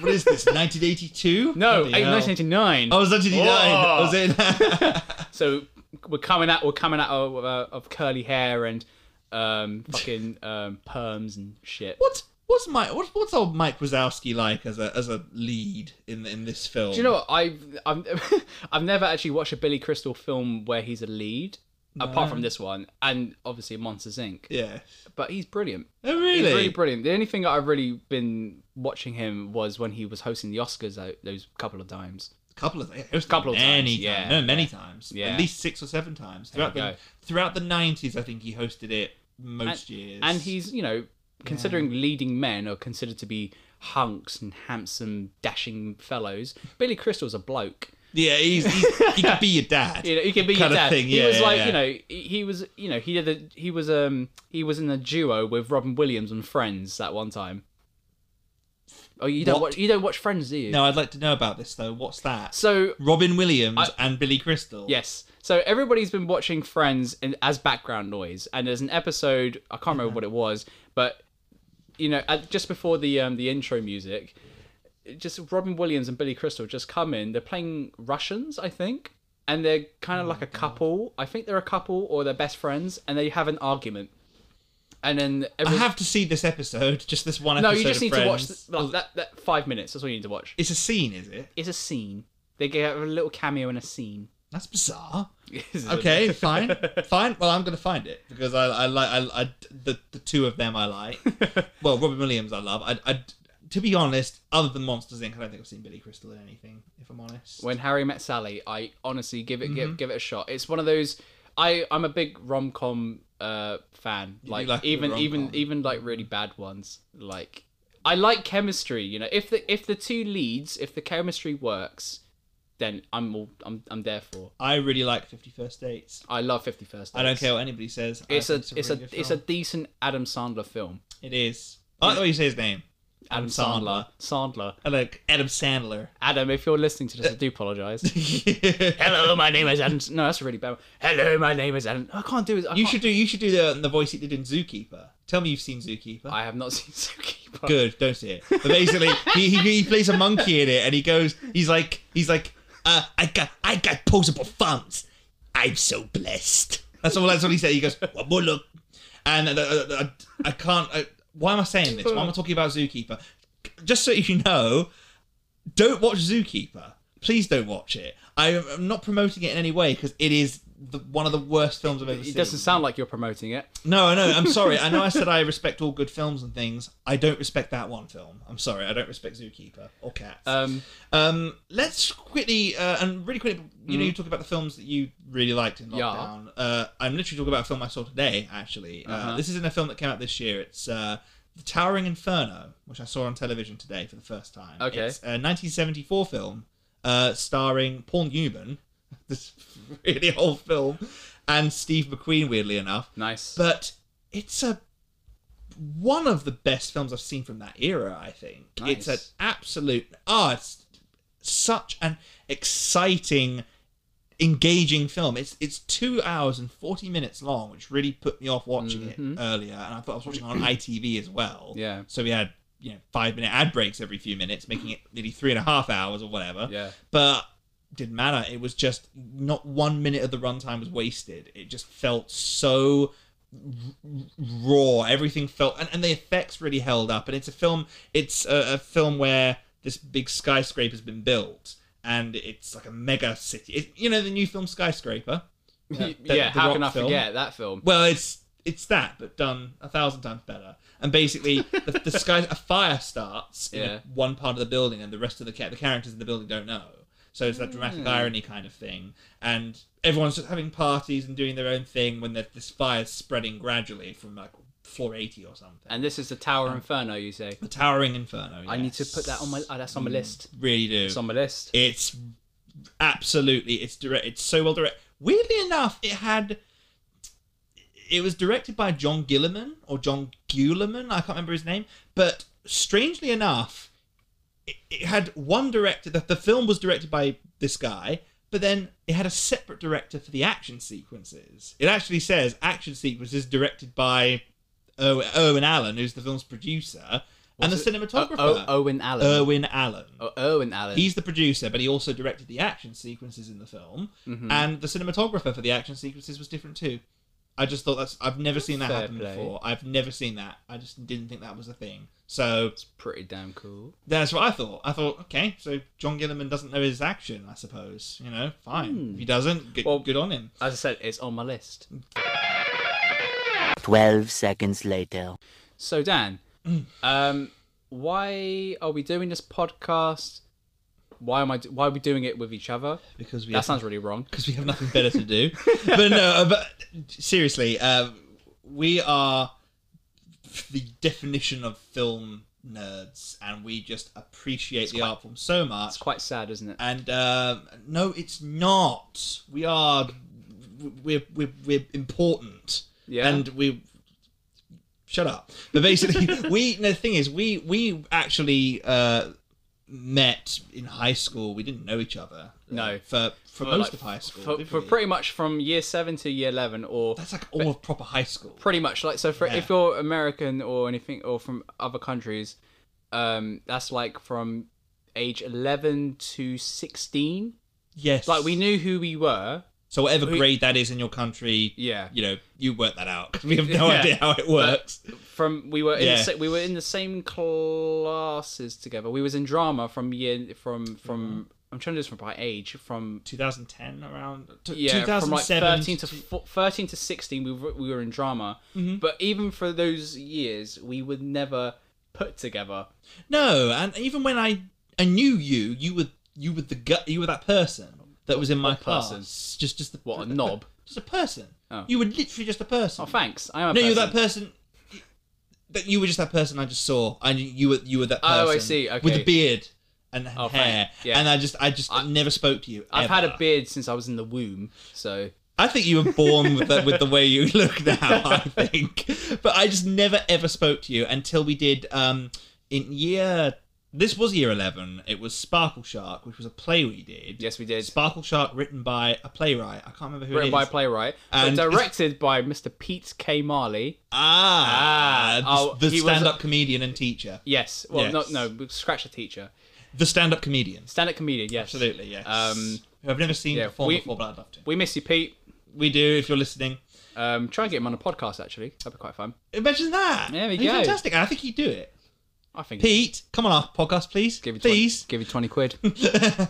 Speaker 2: what is this? 1982?
Speaker 1: No,
Speaker 2: Bloody hell.
Speaker 1: 1989.
Speaker 2: I was 1989. I
Speaker 1: Whoa.
Speaker 2: was in.
Speaker 1: So we're coming out, we're coming out of, uh, of curly hair and um, fucking um, perms and shit.
Speaker 2: What's what's Mike? What, what's old Mike Wazowski like as a as a lead in in this film?
Speaker 1: Do you know what? I've I've, I've never actually watched a Billy Crystal film where he's a lead, apart from this one, and obviously Monsters Inc.
Speaker 2: Yeah.
Speaker 1: But he's brilliant.
Speaker 2: Oh
Speaker 1: He's
Speaker 2: really?
Speaker 1: really brilliant. The only thing that I've really been watching him was when he was hosting the Oscars tho- those couple of times.
Speaker 2: A couple of it was
Speaker 1: Couple of
Speaker 2: many
Speaker 1: times, yeah.
Speaker 2: No, many times.
Speaker 1: Yeah.
Speaker 2: At least six or seven times throughout
Speaker 1: There you
Speaker 2: the throughout the nineties. I think he hosted it most years.
Speaker 1: And he's, you know, considering leading men are considered to be hunks and handsome, dashing fellows, Billy Crystal's a bloke.
Speaker 2: yeah, he's, he's he could be your dad.
Speaker 1: You know, he could be your
Speaker 2: Kind of
Speaker 1: dad.
Speaker 2: thing,
Speaker 1: he
Speaker 2: yeah,
Speaker 1: was
Speaker 2: yeah,
Speaker 1: like,
Speaker 2: yeah.
Speaker 1: you know, he he was, you know, he did a, he was um he was in a duo with Robin Williams and Friends that one time. Oh, you don't
Speaker 2: What?
Speaker 1: watch you don't watch Friends, do you?
Speaker 2: Now I'd like to know about this though. What's that?
Speaker 1: So
Speaker 2: Robin Williams and Billy Crystal.
Speaker 1: Yes. So everybody's been watching Friends in, as background noise, and there's an episode I can't remember what it was, but you know, at, just before the um, the intro music, it just Robin Williams and Billy Crystal just come in. They're playing Russians, I think, and they're kind of like a couple. I think they're a couple or they're best friends, and they have an argument. And then
Speaker 2: I
Speaker 1: every-
Speaker 2: have to see this episode. Just this one
Speaker 1: no,
Speaker 2: episode.
Speaker 1: you just
Speaker 2: of
Speaker 1: need to watch
Speaker 2: Friends.
Speaker 1: th- like, that, that five minutes. That's all you need to watch.
Speaker 2: It's a scene, is it?
Speaker 1: It's a scene. They get a little cameo in a scene.
Speaker 2: That's bizarre. Okay, fine, fine. Well, I'm gonna find it because I, I like I, I- the the two of them I like. well, Robin Williams I love. I, I to be honest, other than Monsters Inc, I don't think I've seen Billy Crystal in anything. If I'm honest,
Speaker 1: When Harry Met Sally, I honestly give it
Speaker 2: Mm-hmm.
Speaker 1: give, give it a shot. It's one of those. I I'm a big rom com uh fan. Like,
Speaker 2: like a good
Speaker 1: even even
Speaker 2: rom-com.
Speaker 1: even like really bad ones. Like I like chemistry. You know, if the if the two leads, if the chemistry works, then I'm all I'm I'm there for.
Speaker 2: I really like Fifty First Dates.
Speaker 1: I love Fifty First.
Speaker 2: I don't care what anybody says. I
Speaker 1: It's a
Speaker 2: think
Speaker 1: it's a it's a, decent Adam Sandler film.
Speaker 2: really good film. it is. Oh, I like the way you say his name.
Speaker 1: Adam, Sandler. Sandler.
Speaker 2: I like Adam Sandler.
Speaker 1: Adam, if you're listening to this, I do apologise.
Speaker 2: you
Speaker 1: Hello, my name is Adam. S- No, that's a really bad. One. Hello, my name is Adam. I can't do it. I can't-
Speaker 2: should do you should do the the voice he did in Zookeeper. Tell me you've seen Zookeeper.
Speaker 1: I have not seen Zookeeper.
Speaker 2: good. Don't see it. But basically, he, he he plays a monkey in it, and he goes, he's like, he's like, uh, I got I got posable thumbs. I'm so blessed. That's all. That's all he said. He goes, one more look, and uh, uh, uh, I can't. I, why am I saying this? Why am I talking about Zookeeper? Just so you know, don't watch Zookeeper. Please don't watch it. I am not promoting it in any way because it is the, one of the worst films I've ever seen.
Speaker 1: It doesn't sound like you're promoting it.
Speaker 2: No, I know. I'm sorry. I know I said I respect all good films and things. I don't respect that one film. I'm sorry. I don't respect Zookeeper or Cats.
Speaker 1: Um,
Speaker 2: Um, let's quickly uh, and really quickly. You know, you talk about the films that you really liked in
Speaker 1: Mm-hmm. Yeah.
Speaker 2: lockdown. Uh, I'm literally talking about a film I saw today. Actually, uh,
Speaker 1: Uh-huh.
Speaker 2: this isn't a film that came out this year. It's uh, The Towering Inferno, which I saw on television today for the first time.
Speaker 1: Okay.
Speaker 2: it's a 1974 film uh, starring Paul Newman. this really old film, and Steve McQueen. Weirdly enough,
Speaker 1: nice.
Speaker 2: but it's a one of the best films I've seen from that era. I think it's an
Speaker 1: Nice.
Speaker 2: absolute ah, it's such an exciting, engaging film. It's it's two hours and forty minutes long, which really put me off watching it earlier. And I thought I was watching it on ITV as well.
Speaker 1: Mm-hmm. Yeah.
Speaker 2: so we had you know five minute ad breaks every few minutes, making it nearly three and a half hours or whatever
Speaker 1: yeah.
Speaker 2: but didn't matter. It was just not one minute of the runtime was wasted. It just felt so r- raw. Everything felt, and, and the effects really held up. And it's a film. It's a, a film where this big skyscraper's been built, and it's like a mega city. It, you know the new film Skyscraper.
Speaker 1: Yeah.
Speaker 2: the- the
Speaker 1: how can
Speaker 2: rock
Speaker 1: I
Speaker 2: film.
Speaker 1: forget that film?
Speaker 2: Well, it's it's that, but done a thousand times better. And basically, the, the sky a fire starts in
Speaker 1: Yeah.
Speaker 2: one part of the building, and the rest of the ca- the characters in the building don't know. So it's that dramatic
Speaker 1: Hmm.
Speaker 2: irony kind of thing, and everyone's just having parties and doing their own thing when the, this fire's spreading gradually from like floor eighty or something.
Speaker 1: And this is the Tower Inferno, you say?
Speaker 2: the towering inferno.
Speaker 1: I need to
Speaker 2: yes. Mm,
Speaker 1: put that on my. Oh, that's on my list.
Speaker 2: Really do.
Speaker 1: It's on my list.
Speaker 2: It's absolutely it's direct. It's so well directed. Weirdly enough, it had. It was directed by John Gilliman or John Guliman. I can't remember his name, but strangely enough, it, it had one director. The, the film was directed by this guy, but then it had a separate director for the action sequences. It actually says action sequences directed by Ow- Owen Allen, who's the film's producer, and the cinematographer.
Speaker 1: Oh, Owen Allen.
Speaker 2: Owen Allen.
Speaker 1: oh, Owen Allen.
Speaker 2: Uh, He's the producer, but he also
Speaker 1: Mm-hmm.
Speaker 2: directed the action sequences in the film, and the cinematographer for the action sequences was different too. I just thought that's I've never seen that
Speaker 1: Fair
Speaker 2: happen
Speaker 1: play.
Speaker 2: before. I've never seen that. I just didn't think that was a thing. So
Speaker 1: It's pretty damn cool.
Speaker 2: that's what I thought. I thought, okay, so John Gilliman doesn't know his action, I suppose. You know, fine. If he doesn't, good,
Speaker 1: Hmm. Well-
Speaker 2: good on him.
Speaker 1: As I said, it's on my list.
Speaker 3: 12 seconds later.
Speaker 1: So Dan,
Speaker 2: Mm.
Speaker 1: um, why are we doing this podcast? Why am I? do- Why are we doing it with each other?
Speaker 2: Because we
Speaker 1: That sounds really wrong.
Speaker 2: because we have nothing better to do. but no, uh, but seriously, uh, we are the definition of film nerds, and we just appreciate the art form so much.
Speaker 1: It's quite sad, isn't it?
Speaker 2: And uh, no, it's not. We are we're we're, we're important.
Speaker 1: Yeah.
Speaker 2: And we shut up. But basically, we no, the thing is, we we actually. Uh, met in high school we didn't know each other uh,
Speaker 1: No.
Speaker 2: for
Speaker 1: For
Speaker 2: for, most
Speaker 1: like-
Speaker 2: of high school
Speaker 1: for,
Speaker 2: didn't
Speaker 1: for
Speaker 2: we?
Speaker 1: pretty much from year seven to year eleven, or
Speaker 2: That's like all of proper high school.
Speaker 1: pretty much like so. For
Speaker 2: Yeah.
Speaker 1: if you're American or anything, or from other countries, um, that's like from age eleven to sixteen.
Speaker 2: Yes.
Speaker 1: Like we knew who we were.
Speaker 2: So whatever grade that is in your country,
Speaker 1: Yeah.
Speaker 2: you know, you work that out. 'cause We have no
Speaker 1: Yeah.
Speaker 2: idea how it works.
Speaker 1: from we were in
Speaker 2: Yeah.
Speaker 1: the the, we were in the same classes together. We was in drama from year from from I'm trying to do this from by age from
Speaker 2: 2010 around t-
Speaker 1: yeah from like
Speaker 2: 2007
Speaker 1: 13 to fo- 13 to 16 we were, we were in drama. But even for those years we would never put together.
Speaker 2: No, and even when I I knew you, you were you were the gu- you were that person that was in my class.
Speaker 1: person?
Speaker 2: Just just the
Speaker 1: What, a
Speaker 2: just the-
Speaker 1: knob?
Speaker 2: Just a person.
Speaker 1: Oh.
Speaker 2: You were literally just a person.
Speaker 1: Oh thanks. I am a
Speaker 2: no,
Speaker 1: person.
Speaker 2: you were that person that you were just that person I just saw. I knew you were you were that
Speaker 1: Oh,
Speaker 2: person.
Speaker 1: I see,
Speaker 2: With
Speaker 1: okay.
Speaker 2: the beard and
Speaker 1: Oh,
Speaker 2: hair.
Speaker 1: fine, yeah.
Speaker 2: And I just I just never spoke to you.
Speaker 1: I've had
Speaker 2: ever.
Speaker 1: a beard since I was in the womb. So
Speaker 2: I think you were born with the, with the way you look now. I think, but I just never ever spoke to you until we did um, in year. This was year eleven. It was Sparkle Shark, which was a play we did.
Speaker 1: yes we did.
Speaker 2: Sparkle Shark, written by a playwright. I can't remember who
Speaker 1: Written
Speaker 2: it
Speaker 1: by
Speaker 2: is.
Speaker 1: a playwright,
Speaker 2: And-
Speaker 1: but directed by Mr. Pete K. Marley.
Speaker 2: ah,
Speaker 1: Ah,
Speaker 2: the,
Speaker 1: oh,
Speaker 2: the
Speaker 1: he was a-
Speaker 2: stand-up comedian and teacher.
Speaker 1: Yes, well,
Speaker 2: Yes.
Speaker 1: no, no, scratch the teacher,
Speaker 2: The stand-up comedian.
Speaker 1: stand-up comedian. Yes,
Speaker 2: Absolutely, yes.
Speaker 1: Um,
Speaker 2: who I've never seen
Speaker 1: yeah,
Speaker 2: perform
Speaker 1: we-
Speaker 2: before, but I'd love to.
Speaker 1: We miss you, Pete.
Speaker 2: We do, if you're listening.
Speaker 1: Um, try and get him on a podcast. Actually, that'd be quite fun.
Speaker 2: Imagine that.
Speaker 1: There we
Speaker 2: It'd be
Speaker 1: go.
Speaker 2: Fantastic. I think he'd do it.
Speaker 1: I think.
Speaker 2: Pete, come on our podcast, please.
Speaker 1: give you 20,
Speaker 2: please.
Speaker 1: give you twenty quid.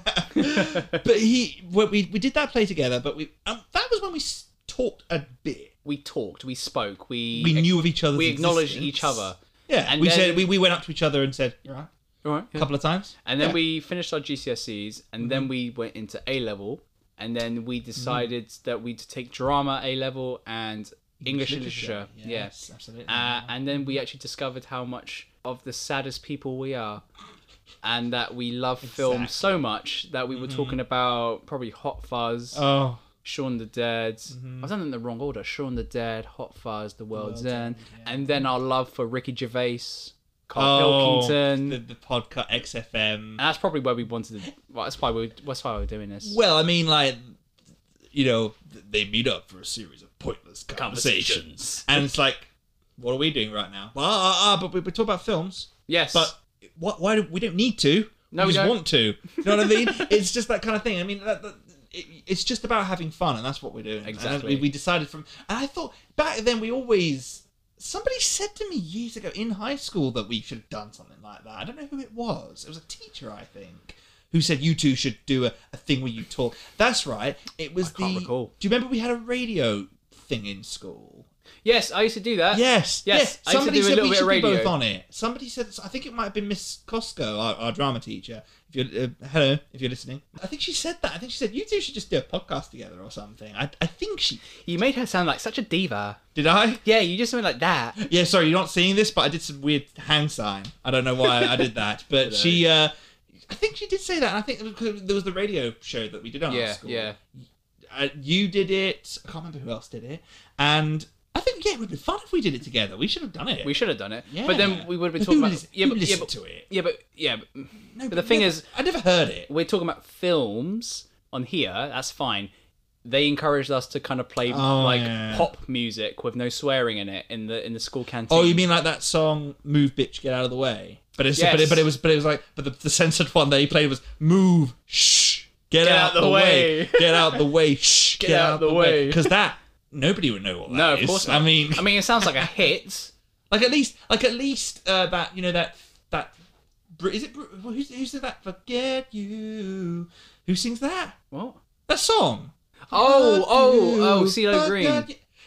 Speaker 2: but he well, we we did that play together but we um, that was when we s- talked a bit
Speaker 1: we talked, we spoke, we
Speaker 2: we knew of each other
Speaker 1: we acknowledged each other.
Speaker 2: yeah
Speaker 1: And
Speaker 2: we
Speaker 1: then-
Speaker 2: said we, we went up to each other and said you're right
Speaker 1: All right.
Speaker 2: a
Speaker 1: yeah.
Speaker 2: couple of times
Speaker 1: And then
Speaker 2: Yeah.
Speaker 1: we finished our GCSEs, and then we went into A level, and then we decided that we'd take drama A level and English literature. Yeah.
Speaker 2: yes absolutely
Speaker 1: Uh, and then we actually discovered how much of the saddest people we are, and that we love film so much that we were talking about probably Hot Fuzz,
Speaker 2: oh
Speaker 1: Shaun the Dead. I've done it in the wrong order. Shaun the Dead, Hot Fuzz, The World's End, and then our love for Ricky Gervais, Carl
Speaker 2: oh
Speaker 1: Pilkington.
Speaker 2: the, the podcast XFM
Speaker 1: and that's probably where we wanted to. Well, that's why we. That's why we we're doing this.
Speaker 2: well I mean like you know th- they meet up for a series of pointless
Speaker 1: Conversations.
Speaker 2: conversations, and it's like what are we doing right now well uh, uh, but we, we talk about films
Speaker 1: yes,
Speaker 2: but what, why do we don't need to?
Speaker 1: No,
Speaker 2: we,
Speaker 1: we
Speaker 2: just
Speaker 1: don't.
Speaker 2: want to. You know what I mean? it's just that kind of thing. I mean, that, that, it, it's just about having fun, and that's what we're doing. And
Speaker 1: Exactly.
Speaker 2: we, we decided from, and I thought back then we always. Somebody said to me years ago in high school that we should have done something like that. I don't know who it was. It was a teacher, I think, who said you two should do a, a thing where you talk. That's right. It was
Speaker 1: can't
Speaker 2: the.
Speaker 1: recall.
Speaker 2: Do you remember we had a radio thing in school?
Speaker 1: yes, I used to do that.
Speaker 2: Yes,
Speaker 1: Yes,
Speaker 2: yes.
Speaker 1: I used to
Speaker 2: Somebody
Speaker 1: do a
Speaker 2: said
Speaker 1: little
Speaker 2: we
Speaker 1: bit of
Speaker 2: should be both
Speaker 1: radio.
Speaker 2: on it. Somebody said I think it might have been Miss Costco, our, our drama teacher. If you're uh, hello, if you're listening, I think she said that. I think she said you two should just do a podcast together or something. I, I think she
Speaker 1: you made her sound like such a diva.
Speaker 2: did. I
Speaker 1: Yeah, you just went like that.
Speaker 2: yeah. Sorry, you're not seeing this, but I did some weird hand sign. I don't know why I did that, but she. Uh, I think she did say that. And I think it was 'cause there was the radio show that we did on
Speaker 1: Yeah,
Speaker 2: our school.
Speaker 1: yeah.
Speaker 2: Uh, you did it. I can't remember who else did it, and. I think yeah, it would be fun if we did it together. We should have done it.
Speaker 1: We should have done it.
Speaker 2: Yeah.
Speaker 1: But then we would have been
Speaker 2: But
Speaker 1: talking
Speaker 2: who
Speaker 1: about.
Speaker 2: lis-
Speaker 1: yeah,
Speaker 2: who
Speaker 1: but, yeah,
Speaker 2: listened
Speaker 1: but,
Speaker 2: to it?
Speaker 1: Yeah, but yeah. But,
Speaker 2: No,
Speaker 1: but the thing
Speaker 2: never-
Speaker 1: is,
Speaker 2: I never heard it.
Speaker 1: we're talking about films on here. That's fine. They encouraged us to kind of play
Speaker 2: Oh,
Speaker 1: like
Speaker 2: yeah.
Speaker 1: pop music with no swearing in it in the in the school canteen.
Speaker 2: Oh, you mean like that song "Move, Bitch, Get Out of the Way"? But it's but,
Speaker 1: Yes.
Speaker 2: it, but it was but it was like but the, the censored one that he played was "Move, Shh, Get, out, the way. Get out the way, Shh, Get,
Speaker 1: out the way.
Speaker 2: because that nobody would know what that is.
Speaker 1: No, of course not.
Speaker 2: I mean,
Speaker 1: I mean, it sounds like a hit.
Speaker 2: like at least, like at least uh, that you know that that Br- is it Br- who's who's that? Forget you. Who sings that?
Speaker 1: What?
Speaker 2: That song.
Speaker 1: Oh, oh, oh, CeeLo
Speaker 2: CeeLo
Speaker 1: Green.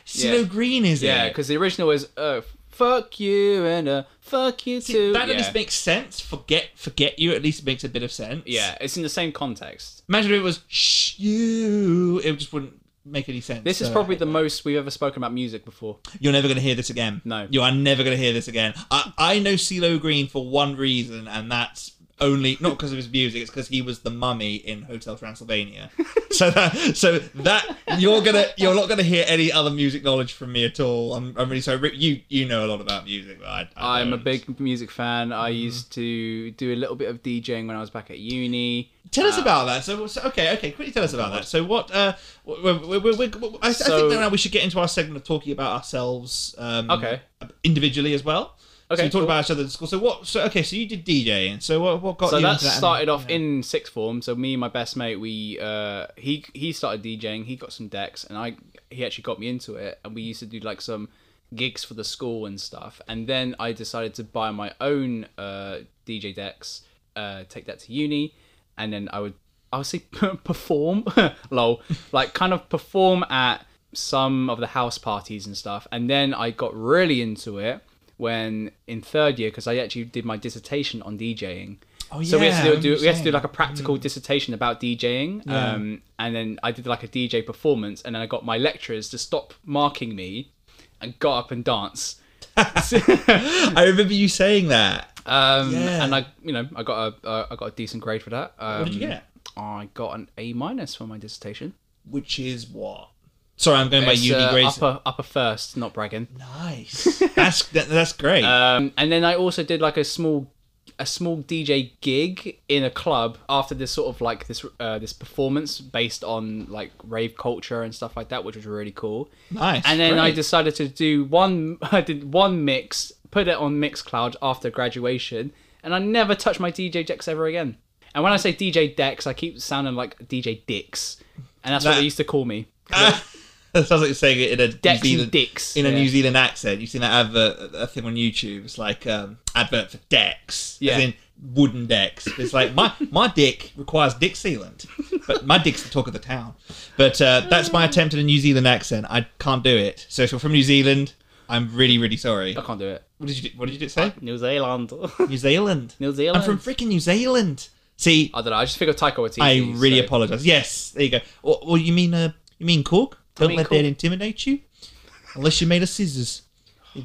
Speaker 2: CeeLo
Speaker 1: Yeah.
Speaker 2: Green is
Speaker 1: Yeah,
Speaker 2: it?
Speaker 1: because the original is uh, "fuck you" and uh, "fuck you too."
Speaker 2: that at
Speaker 1: yeah.
Speaker 2: least makes sense. Forget, forget you. At least makes a bit of sense.
Speaker 1: yeah, it's in the same context.
Speaker 2: Imagine if it was shh you. It just wouldn't make any sense.
Speaker 1: This is
Speaker 2: So,
Speaker 1: probably the most we've ever spoken about music before.
Speaker 2: You're never going to hear this again.
Speaker 1: No.
Speaker 2: You are never going to hear this again. I, I know CeeLo Green for one reason, and that's only not because of his music. It's because he was the mummy in Hotel Transylvania. so that so that you're gonna you're not gonna hear any other music knowledge from me at all. I'm, I'm really sorry. Rick, you you know a lot about music. But I, I
Speaker 1: I'm a
Speaker 2: don't.
Speaker 1: big music fan. I used to do a little bit of DJing when I was back at uni.
Speaker 2: Tell us about that. So, so okay, okay, quickly tell us about that. So, what? Uh, we're, we're, we're, we're- I, I
Speaker 1: So-
Speaker 2: think that now we should get into our segment of talking about ourselves. Um,
Speaker 1: Okay.
Speaker 2: Individually as well. So
Speaker 1: Okay,
Speaker 2: we talked
Speaker 1: cool.
Speaker 2: about each other at school. So what? So okay. So you did DJing. So what? What got
Speaker 1: So
Speaker 2: you
Speaker 1: that
Speaker 2: into that?
Speaker 1: started off in sixth form. So me and my best mate, we uh, he he started DJing. He got some decks, and I he actually got me into it. And we used to do like some gigs for the school and stuff. And then I decided to buy my own uh, DJ decks, uh, take that to uni, and then I would I would say perform, lol, like kind of perform at some of the house parties and stuff. And then I got really into it when in third year because I actually did my dissertation on DJing.
Speaker 2: Oh,
Speaker 1: So we had
Speaker 2: yeah, Mm.
Speaker 1: to do, do we had to do
Speaker 2: interesting.
Speaker 1: like a practical dissertation about DJing, um, and then I did like a DJ performance, and then I got my lecturers to stop marking me, and got up and dance,
Speaker 2: I remember you saying that.
Speaker 1: um,
Speaker 2: Yeah.
Speaker 1: and I you know I got a uh, I got a decent grade for that. Um,
Speaker 2: What did you get?
Speaker 1: I got an A minus for my dissertation.
Speaker 2: Which is what? Sorry, I'm going by
Speaker 1: It's,
Speaker 2: uni
Speaker 1: uh,
Speaker 2: grades.
Speaker 1: upper upper first, not bragging.
Speaker 2: Nice. That's that, that's great.
Speaker 1: Um, and then I also did like a small a small DJ gig in a club after this sort of like this uh, this performance based on like rave culture and stuff like that, which was really cool.
Speaker 2: nice.
Speaker 1: And then I
Speaker 2: Great.
Speaker 1: decided to do one. I did one mix, put it on Mixcloud after graduation, and I never touched my DJ decks ever again. And when I say DJ decks, I keep sounding like DJ Dicks, and that's what
Speaker 2: That-
Speaker 1: they used to call me.
Speaker 2: That sounds like you're saying it in a
Speaker 1: Decks
Speaker 2: New
Speaker 1: and
Speaker 2: Zealand
Speaker 1: dicks.
Speaker 2: in a
Speaker 1: yeah.
Speaker 2: New Zealand accent. You've seen that advert, a thing on YouTube. It's like um, advert for decks,
Speaker 1: Yeah.
Speaker 2: as in wooden decks. It's like my my dick requires dick sealant, but my dick's the talk of the town. But uh, that's my attempt at a New Zealand accent. I can't do it. So if you're from New Zealand, I'm really really sorry.
Speaker 1: I can't do it.
Speaker 2: What did you do- What did you say?
Speaker 1: New Zealand.
Speaker 2: New Zealand.
Speaker 1: New Zealand.
Speaker 2: I'm from freaking New Zealand. See,
Speaker 1: I don't know. I just figured Taika Waititi.
Speaker 2: I really
Speaker 1: so-
Speaker 2: apologise. Yes, there you go. Or, or you mean uh, you mean cork? Don't
Speaker 1: mean
Speaker 2: let
Speaker 1: cork.
Speaker 2: that intimidate you, unless you're made of scissors.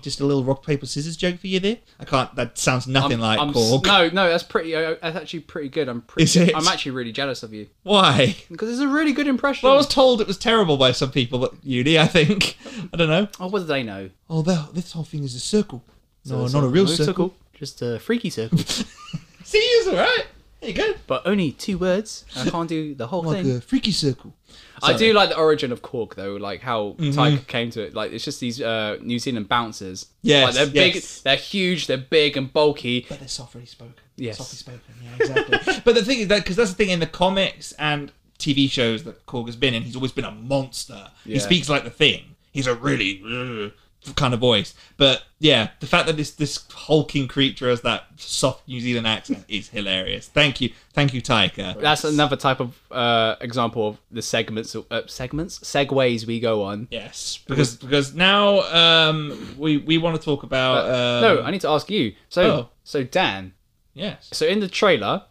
Speaker 2: Just a little rock paper scissors joke for you there. I can't. That sounds nothing like
Speaker 1: I'm s-
Speaker 2: cork.
Speaker 1: No, no, that's pretty. Uh, that's actually pretty good. I'm pretty.
Speaker 2: Is it?
Speaker 1: I'm actually really jealous of you
Speaker 2: Why?
Speaker 1: because it's a really good impression.
Speaker 2: Well, I was told it was terrible by some people at uni. I think. I don't know.
Speaker 1: oh, what do they know?
Speaker 2: Oh, the- this whole thing is a circle. No,
Speaker 1: It's
Speaker 2: not a real
Speaker 1: no
Speaker 2: circle.
Speaker 1: just a freaky circle.
Speaker 2: See, it's all right. There you go.
Speaker 1: but only two words. I can't do the whole
Speaker 2: Like
Speaker 1: thing.
Speaker 2: a freaky circle.
Speaker 1: I do like the origin of Cork though, like how
Speaker 2: Mm-hmm.
Speaker 1: Tyke came to it. Like it's just these uh, New Zealand bouncers.
Speaker 2: Yes,
Speaker 1: like, they're big,
Speaker 2: yes.
Speaker 1: they're huge, they're big and bulky.
Speaker 2: But they're softly spoken.
Speaker 1: Yes.
Speaker 2: Softly spoken. Yeah, exactly. but the thing is that because that's the thing in the comics and TV shows that Korg has been in, he's always been a monster. He
Speaker 1: Yeah.
Speaker 2: speaks like the thing. He's a really uh, kind of voice. But yeah, the fact that this this hulking creature has that soft New Zealand accent is hilarious. Thank you, thank you, Taika.
Speaker 1: That's another type of uh, example of the segments, uh, segments, segues we go on.
Speaker 2: yes, because because now um, we we want to talk about um,
Speaker 1: Uh, no, I need to ask you. So,
Speaker 2: Oh.
Speaker 1: so Dan,
Speaker 2: yes.
Speaker 1: so in the trailer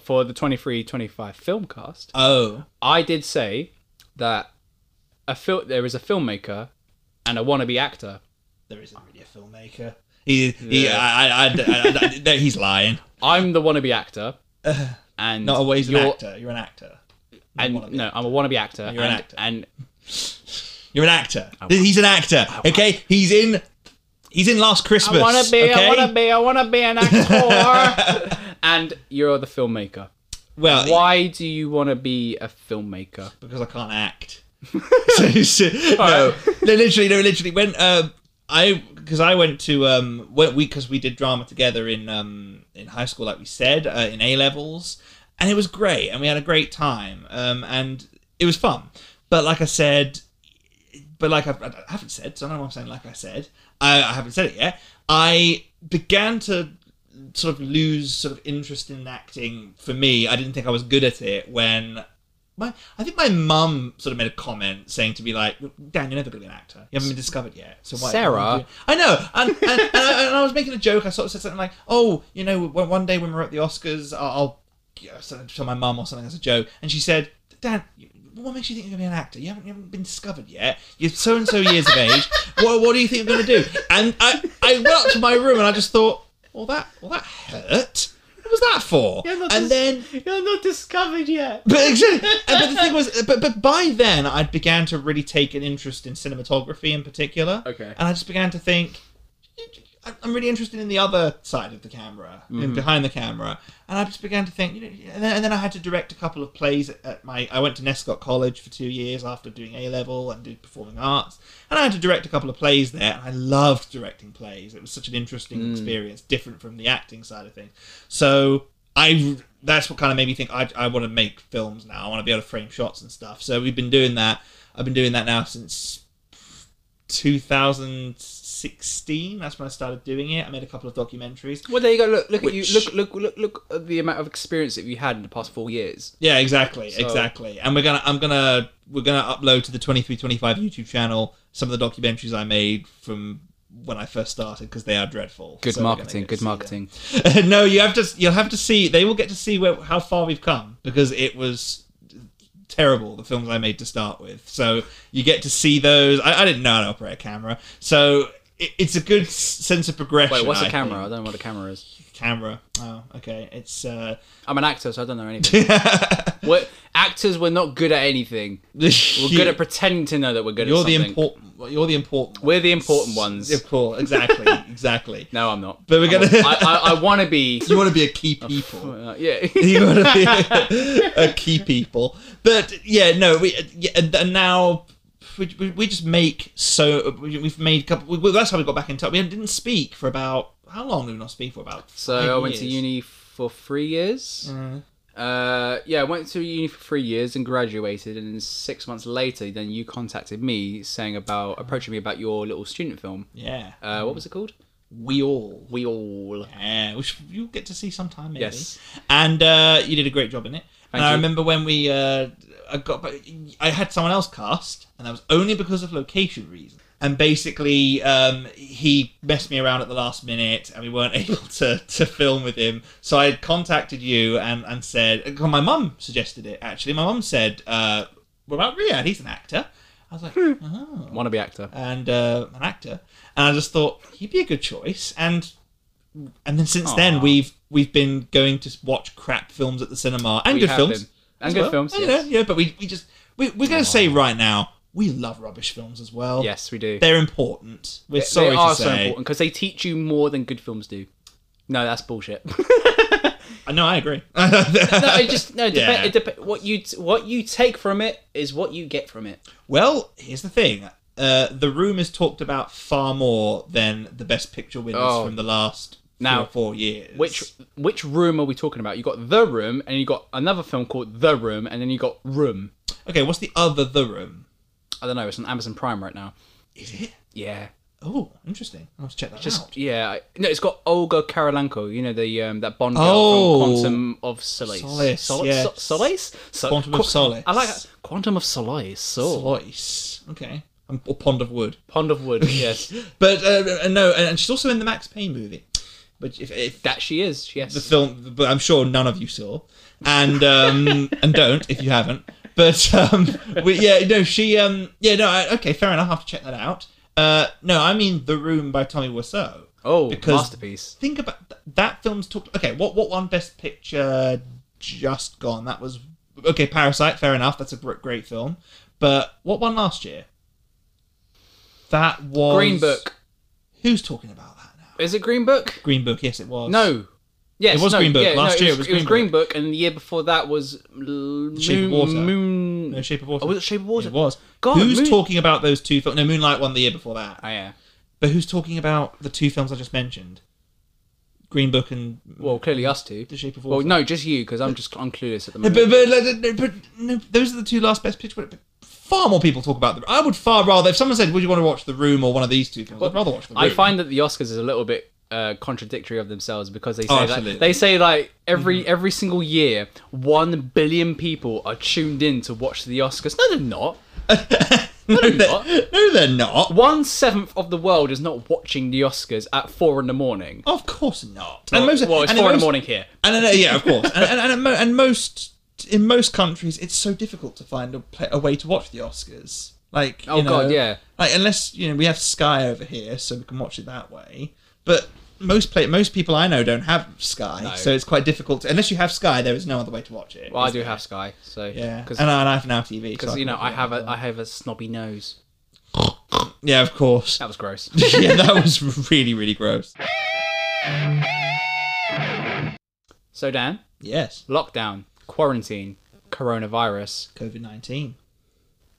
Speaker 1: for the 23-25 film cast,
Speaker 2: Oh,
Speaker 1: I did say that a fil- there is a filmmaker and a wannabe actor.
Speaker 2: there isn't really a filmmaker. He, he I, I, I, I- I- no, he's lying.
Speaker 1: I'm the wannabe actor, and
Speaker 2: Not always an
Speaker 1: you're-
Speaker 2: actor. You're an actor.
Speaker 1: And
Speaker 2: wannabe
Speaker 1: no, I'm a wannabe actor.
Speaker 2: You're an
Speaker 1: and,
Speaker 2: actor.
Speaker 1: and
Speaker 2: You're an actor. He's an actor. Okay, he's in. He's in Last Christmas.
Speaker 1: I wanna be,
Speaker 2: okay?
Speaker 1: I wanna be, I wanna be an actor. and you're the filmmaker.
Speaker 2: Well,
Speaker 1: Why do you wanna be a filmmaker?
Speaker 2: because I can't act. so, so- no, no, literally, no, literally. When um, I, because I went to um, when we, because we did drama together in um, in high school, like we said, uh, in A levels, and it was great, and we had a great time, um, and it was fun. But like I said, but like I've, I i have not said, so I don't know what I'm saying. Like I said, I, I haven't said it yet. I began to sort of lose sort of interest in acting. For me, I didn't think I was good at it when my I think my mum sort of made a comment saying to me like, "Dan, you're never going to be an actor. You haven't been discovered yet." So why
Speaker 1: Sarah.
Speaker 2: I know, and and, and, I, and I was making a joke. I sort of said something like, "Oh, you know, when- one day when we're at the Oscars, I'll, I'll you know, sort of tell my mum or something as a joke." And she said, "Dan." What makes you think you're gonna be an actor? You haven't, you haven't been discovered yet. You're so and so years of age. What, what do you think you're gonna do? And I, I went up to my room and I just thought, well that, well that hurt. What was that for?
Speaker 1: not dis-
Speaker 2: and then
Speaker 1: You're not discovered yet.
Speaker 2: but exactly. and- but the thing was, but but by then I began to really take an interest in cinematography in particular.
Speaker 1: Okay.
Speaker 2: And I just began to think, I- I'm really interested in the other side of the camera, you know, behind the camera. And I just began to think, you know, and then, and then I had to direct a couple of plays at, at my. I went to Nescott College for two years after doing A level and did performing arts, and I had to direct a couple of plays there. And I loved directing plays. It was such an interesting experience, different from the acting side of things. So I that's what kind of made me think I, I want to make films now. I want to be able to frame shots and stuff. So we've been doing that. I've been doing that now since 2016. That's when I started doing it. I made a couple of documentaries.
Speaker 1: Well, there you go. Look, look at
Speaker 2: Which-
Speaker 1: you. Look, look, look, look at the amount of experience that you had in the past four years.
Speaker 2: Yeah, exactly, exactly. And we're gonna, I'm gonna, we're gonna upload to the 2325 YouTube channel some of the documentaries I made from when I first started because they are dreadful.
Speaker 1: Good
Speaker 2: So we're gonna
Speaker 1: marketing.
Speaker 2: get to
Speaker 1: Good
Speaker 2: see them.
Speaker 1: marketing.
Speaker 2: no, you have to. You'll have to see. They will get to see where, how far we've come because it was terrible. The films I made to start with, so you get to see those. I, I didn't know how to operate a camera, so it, it's a good s- sense of progression.
Speaker 1: Wait, what's
Speaker 2: I
Speaker 1: a camera? I
Speaker 2: think.
Speaker 1: don't know what a camera is.
Speaker 2: Camera. Oh, okay. It's. uh
Speaker 1: I'm an actor, so I don't know anything. we're, actors, we're not good at anything.
Speaker 2: We're
Speaker 1: We're good at pretending to know that we're good
Speaker 2: You're
Speaker 1: at
Speaker 2: the
Speaker 1: something.
Speaker 2: important. You're the important.
Speaker 1: we're the important ones.
Speaker 2: Of course, exactly, exactly.
Speaker 1: No, I'm not.
Speaker 2: But we're gonna-
Speaker 1: I, I, I want to be.
Speaker 2: You want to be a key people.
Speaker 1: Uh, yeah.
Speaker 2: you want to be a, key people. But yeah, no, we yeah, and and now we, we, we just make so we- we've made a couple. We, that's how we got back in touch. We didn't speak for about how long did we not speak for about?
Speaker 1: So
Speaker 2: five
Speaker 1: I went to
Speaker 2: years? Mm-hmm.
Speaker 1: uni for three years. Uh, yeah, I went to uni for three years and graduated. And then six months later, then you contacted me saying about approaching me about your little student film.
Speaker 2: Yeah,
Speaker 1: Uh, what was it called?
Speaker 2: we all.
Speaker 1: We all.
Speaker 2: Yeah, which you'll get to see sometime maybe.
Speaker 1: Yes.
Speaker 2: And uh, you did a great job in it. and I
Speaker 1: you.
Speaker 2: remember when we uh, I got I had someone else cast, and that was only because of location reasons. And basically, um, he messed me around at the last minute, and we weren't able to, to film with him. So I had contacted you and, and said, uh, my mum suggested it actually. My mum said, uh, "What about Riyadh? He's an actor." I was like, "Oh,
Speaker 1: Wannabe actor.
Speaker 2: and uh, an actor, and I just thought he'd be a good choice. And and then since then
Speaker 1: Aw.
Speaker 2: we've we've been going to watch crap films at the cinema and
Speaker 1: We
Speaker 2: good
Speaker 1: have
Speaker 2: films
Speaker 1: been. And
Speaker 2: as
Speaker 1: good
Speaker 2: well.
Speaker 1: films,
Speaker 2: And, you
Speaker 1: yes.
Speaker 2: know, yeah, but we we just we, we're going to say right now we love rubbish films as well.
Speaker 1: Yes, we do.
Speaker 2: they're important. We're sorry
Speaker 1: they are
Speaker 2: to say.
Speaker 1: so important because they teach you more than good films do. No, that's bullshit.
Speaker 2: I know. I agree.
Speaker 1: no, it just no. It depe-
Speaker 2: Yeah.
Speaker 1: it depe- what you what you take from it is what you get from it.
Speaker 2: well, here's the thing. Uh, the room is talked about far more than the best picture winners
Speaker 1: Oh.
Speaker 2: from the last
Speaker 1: Now,
Speaker 2: three or four years.
Speaker 1: Which which room are we talking about? You got the room, and you got another film called The Room, and then you got Room.
Speaker 2: okay, what's the other the room?
Speaker 1: I don't know. It's on Amazon Prime right now.
Speaker 2: Is it?
Speaker 1: Yeah,
Speaker 2: Oh, interesting. I'll have to check that out.
Speaker 1: yeah. I- No, it's got Olga Karolanko. You know the um, that Bond girl
Speaker 2: Oh.
Speaker 1: from Quantum of Solace.
Speaker 2: Solace,
Speaker 1: Sol-
Speaker 2: yes.
Speaker 1: Sol- Solace. So-
Speaker 2: Quantum of
Speaker 1: Qu-
Speaker 2: Solace.
Speaker 1: I like that. Quantum of Solace. So
Speaker 2: Slice. Okay. Um, Or Pond of Wood.
Speaker 1: Pond of Wood. Yes,
Speaker 2: But uh, uh, no, and and she's also in the Max Payne movie. But if, if
Speaker 1: that she is. Yes.
Speaker 2: the film, but I'm sure none of you saw, and um, and don't if you haven't. But um, we, yeah, no, she, um, yeah, no, I, okay, fair enough. I have to check that out. Uh, no, I mean The Room by Tommy Wiseau.
Speaker 1: oh,
Speaker 2: because-
Speaker 1: masterpiece.
Speaker 2: Think about th- that film's talked. Okay, what what one best picture just gone? That was okay. Parasite, fair enough. That's a gr- great film. But what one last year? That was
Speaker 1: Green Book.
Speaker 2: Who's talking about that now?
Speaker 1: Is it Green Book?
Speaker 2: Green Book. Yes, it was.
Speaker 1: No. Yes,
Speaker 2: It was
Speaker 1: no,
Speaker 2: Green Book.
Speaker 1: yeah,
Speaker 2: Last
Speaker 1: no,
Speaker 2: year
Speaker 1: it was,
Speaker 2: it was Green
Speaker 1: Green Book, and the year before that was L-
Speaker 2: Shape
Speaker 1: Moon.
Speaker 2: of Water.
Speaker 1: Moon.
Speaker 2: No, Shape of Water.
Speaker 1: Oh, was it Shape of Water?
Speaker 2: It was.
Speaker 1: God,
Speaker 2: who's
Speaker 1: Moon-
Speaker 2: talking about those two films? No, Moonlight won the year before that.
Speaker 1: Oh, yeah.
Speaker 2: But who's talking about the two films I just mentioned? Green Book and
Speaker 1: Well, clearly us two.
Speaker 2: The Shape of
Speaker 1: Well,
Speaker 2: Water.
Speaker 1: no, just you, because I'm just I'm clueless at the
Speaker 2: No,
Speaker 1: moment.
Speaker 2: but, but, like, no, but no, those are the two last best picture. But far more people talk about the. I would far rather if someone said, "Would you want to watch The Room or one of these two films?" I'd rather watch The Room.
Speaker 1: I find that the Oscars is a little bit uh, contradictory of themselves because they say
Speaker 2: Oh, absolutely.
Speaker 1: that,
Speaker 2: Mm-hmm.
Speaker 1: they say like every every single year one billion people are tuned in to watch the Oscars. No, they're not.
Speaker 2: no,
Speaker 1: they're
Speaker 2: they're,
Speaker 1: not.
Speaker 2: no, they're not.
Speaker 1: One seventh of the world is not watching the Oscars at four in the morning.
Speaker 2: Of course not.
Speaker 1: Well, well, it's
Speaker 2: and
Speaker 1: four in the
Speaker 2: most-
Speaker 1: morning here.
Speaker 2: And, and- yeah, of course. And and, and, at mo- and most in most countries, it's so difficult to find a, pla a way to watch the Oscars. Like,
Speaker 1: Oh,
Speaker 2: you know,
Speaker 1: God, yeah.
Speaker 2: Like unless you know we have Sky over here, so we can watch it that way. But most play most people I know don't have Sky, so it's quite difficult. To, unless you have Sky, there is no other way to watch it.
Speaker 1: Well, I
Speaker 2: is
Speaker 1: do
Speaker 2: there?
Speaker 1: have Sky, so
Speaker 2: Yeah,
Speaker 1: because
Speaker 2: and I, and I have now TV so
Speaker 1: you
Speaker 2: can
Speaker 1: know
Speaker 2: watch
Speaker 1: I
Speaker 2: it.
Speaker 1: have a I have a snobby nose.
Speaker 2: yeah, of course.
Speaker 1: That was gross.
Speaker 2: yeah, that was really really gross.
Speaker 1: so Dan,
Speaker 2: Yes,
Speaker 1: lockdown, quarantine, coronavirus,
Speaker 2: COVID nineteen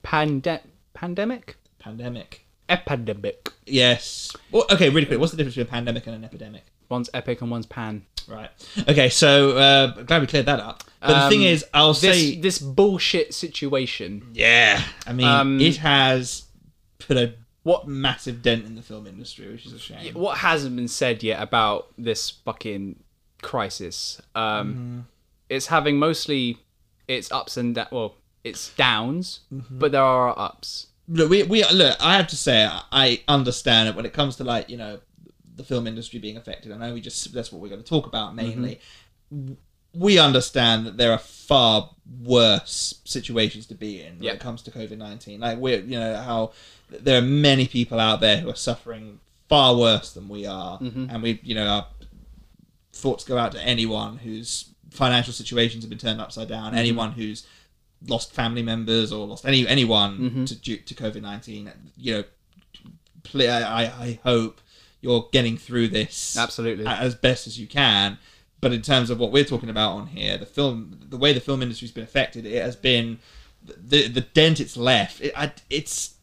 Speaker 1: pande- pandemic,
Speaker 2: pandemic.
Speaker 1: epidemic.
Speaker 2: Yes. Well, okay, really quick. What's the difference between a pandemic and an epidemic?
Speaker 1: One's epic and one's pan.
Speaker 2: Right. Okay. So uh, glad we cleared that up. But the
Speaker 1: Um,
Speaker 2: thing is, I'll
Speaker 1: This
Speaker 2: say
Speaker 1: this bullshit situation.
Speaker 2: yeah. I mean,
Speaker 1: Um,
Speaker 2: it has put a
Speaker 1: What
Speaker 2: massive dent in the film industry, which is a shame.
Speaker 1: what hasn't been said yet about this fucking crisis? Um,
Speaker 2: Mm-hmm.
Speaker 1: It's having mostly its ups and da- well, its downs,
Speaker 2: Mm-hmm.
Speaker 1: but there are ups.
Speaker 2: Look, we, we look. I have to say, I- I understand it when it comes to like you know the film industry being affected. I know we just that's what we're going to talk about mainly. We understand that there are far worse situations to be in when
Speaker 1: Yeah.
Speaker 2: it comes to COVID nineteen. Like we're you know how there are many people out there who are suffering far worse than we are, and we you know our thoughts go out to anyone whose financial situations have been turned upside down,
Speaker 1: Mm-hmm.
Speaker 2: anyone who's lost family members or lost any anyone
Speaker 1: Mm-hmm.
Speaker 2: to due to COVID nineteen. You know, pl- I, I hope you're getting through this
Speaker 1: Absolutely.
Speaker 2: a- as best as you can. But in terms of what we're talking about on here, the film, the way the film industry's been affected, it has been the the dent it's left. It, I, it's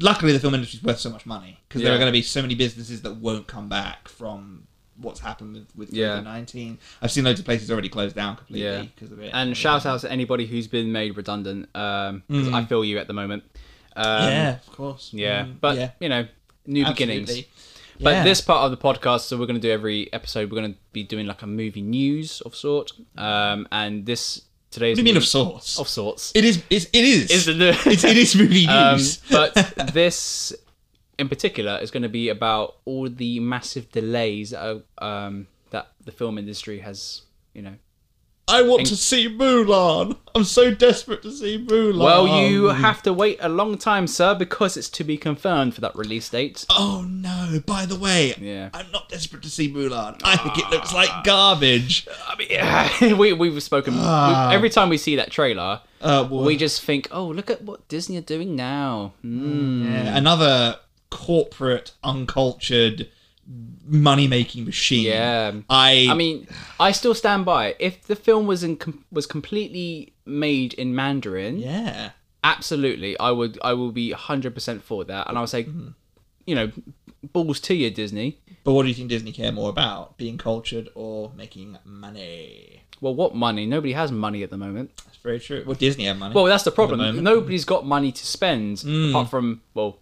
Speaker 2: luckily the film industry's worth so much money because there
Speaker 1: Yeah.
Speaker 2: are going to be so many businesses that won't come back from what's happened with, with
Speaker 1: Yeah.
Speaker 2: COVID nineteen. I've seen loads of places already closed down
Speaker 1: Yeah.
Speaker 2: completely because of it.
Speaker 1: And shout out to anybody who's been made redundant. Um, 'cause I feel you at the moment. Um,
Speaker 2: Mm. yeah, of course,
Speaker 1: yeah,
Speaker 2: Mm,
Speaker 1: but
Speaker 2: yeah,
Speaker 1: you know, new beginnings.
Speaker 2: absolutely.
Speaker 1: But
Speaker 2: Yeah.
Speaker 1: this part of the podcast, so we're going to do every episode. We're going to be doing like a movie news of sort. Um, and this today's
Speaker 2: What do you mean of sorts?
Speaker 1: of sorts
Speaker 2: it is. It's, it is.
Speaker 1: is the new.
Speaker 2: it's, it is movie
Speaker 1: um,
Speaker 2: news.
Speaker 1: but this in particular is going to be about all the massive delays that, are, um, that the film industry has. You know,
Speaker 2: I want to see Mulan. I'm so desperate to see Mulan.
Speaker 1: well, you have to wait a long time, sir, because it's to be confirmed for that release date.
Speaker 2: Oh no! By the way,
Speaker 1: Yeah. Ah.
Speaker 2: I'm not desperate to see Mulan. I think it looks like garbage.
Speaker 1: Uh, I mean, yeah, Ah. we we've spoken we- every time we see that trailer.
Speaker 2: Uh, well,
Speaker 1: we just think, oh, look at what Disney are doing now. Mm.
Speaker 2: yeah, another corporate, uncultured, money-making machine.
Speaker 1: Yeah.
Speaker 2: I.
Speaker 1: I mean, I still stand by it. If the film was in com- was completely made in Mandarin,
Speaker 2: yeah.
Speaker 1: absolutely, I would I will be hundred percent for that, and I would say,
Speaker 2: Mm-hmm.
Speaker 1: you know, balls to you, Disney.
Speaker 2: But what do you think Disney care more about, being cultured or making money?
Speaker 1: Well, what money? Nobody has money at the moment.
Speaker 2: That's very true. Well, Disney have money.
Speaker 1: Well, that's the problem.
Speaker 2: moment. Mm.
Speaker 1: Nobody's got money to spend apart from well,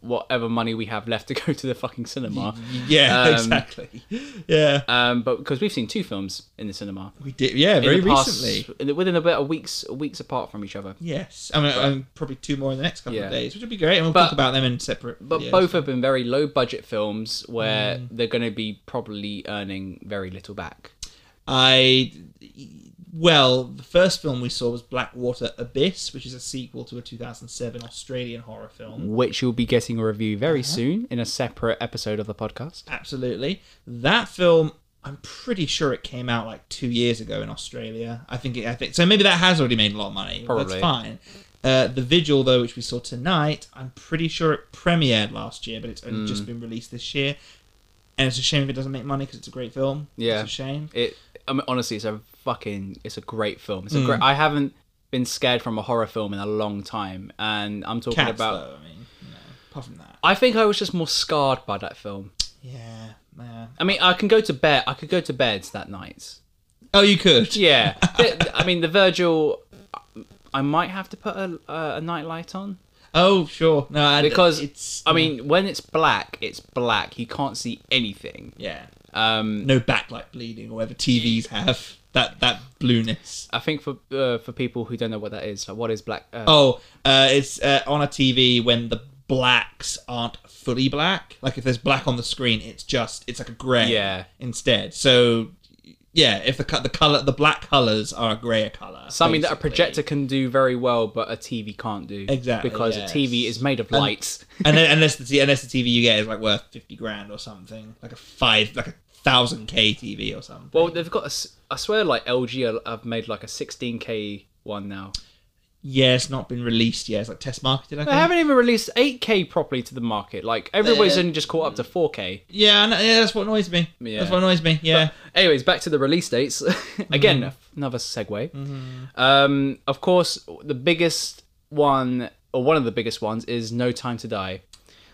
Speaker 1: whatever money we have left to go to the fucking cinema.
Speaker 2: Mm-hmm. yeah,
Speaker 1: um,
Speaker 2: exactly. Yeah,
Speaker 1: Um, but because we've seen two films in the cinema.
Speaker 2: we did. Yeah,
Speaker 1: in
Speaker 2: very
Speaker 1: the past-
Speaker 2: recently.
Speaker 1: in- within about a weeks weeks apart from each other.
Speaker 2: Yes, I mean, I'm probably two more in the next couple
Speaker 1: Yeah.
Speaker 2: of days, which would be great, and we'll
Speaker 1: But-
Speaker 2: talk about them in separate.
Speaker 1: But
Speaker 2: videos.
Speaker 1: both have been very low budget films where
Speaker 2: Mm.
Speaker 1: they're going to be probably earning very little back.
Speaker 2: I well, the first film we saw was Blackwater Abyss, which is a sequel to a 2007 Australian horror film.
Speaker 1: Which you'll be getting a review very
Speaker 2: Uh-huh.
Speaker 1: soon in a separate episode of the podcast.
Speaker 2: Absolutely, that film. I'm pretty sure it came out like two years ago in Australia. I think. It, I think so. Maybe that has already made a lot of money.
Speaker 1: Probably.
Speaker 2: That's fine. Uh, the Vigil, though, which we saw tonight, I'm pretty sure it premiered last year, but it's only
Speaker 1: Mm.
Speaker 2: just been released this year. And it's a shame if it doesn't make money because it's a great film.
Speaker 1: Yeah.
Speaker 2: it's a shame.
Speaker 1: It I mean, honestly, it's a fucking it's a great film. It's a
Speaker 2: Mm.
Speaker 1: great. I haven't been scared from a horror film in a long time, and I'm talking
Speaker 2: Cats,
Speaker 1: about.
Speaker 2: though, I mean, you know, apart from that,
Speaker 1: I think I was just more scarred by that film.
Speaker 2: yeah, yeah.
Speaker 1: I mean, I can go to bed. I could go to bed that night.
Speaker 2: Oh, you could.
Speaker 1: Yeah, The- I mean the Virgil. I might have to put a, a, a night light on
Speaker 2: Oh, sure. No, and
Speaker 1: because
Speaker 2: it's.
Speaker 1: I mean, when it's black, it's black. You can't see anything.
Speaker 2: yeah.
Speaker 1: Um,
Speaker 2: No backlight bleeding or whatever TVs have that that blueness.
Speaker 1: I think for uh, for people who don't know what that is, like, what is black? Uh,
Speaker 2: Oh, uh, it's uh, on a TV when the blacks aren't fully black. Like if there's black on the screen, it's just it's like a grey.
Speaker 1: Yeah.
Speaker 2: Instead, so yeah, if the co- the color the black colors are a grayer color.
Speaker 1: Something that a
Speaker 2: basically.
Speaker 1: projector can do very well, but a TV can't do.
Speaker 2: Exactly,
Speaker 1: Because
Speaker 2: yes.
Speaker 1: a TV is made of lights.
Speaker 2: and then, unless the t- unless the TV you get is like worth fifty grand or something, like a five like a thousand K TV or something.
Speaker 1: well, they've got. A, s- I swear, like LG are- have made like a 16K one now.
Speaker 2: yeah, it's not been released yet. It's like test marketed. I
Speaker 1: They
Speaker 2: think.
Speaker 1: haven't even released 8K properly to the market. Like everybody's only just caught up to 4K.
Speaker 2: Yeah, I know- yeah, that's what annoys me.
Speaker 1: Yeah.
Speaker 2: That's what annoys me. Yeah. Mm-hmm.
Speaker 1: Anyways, back to the release dates. Again, another segue. Um, of course, the biggest one, or one of the biggest ones, is No Time to Die.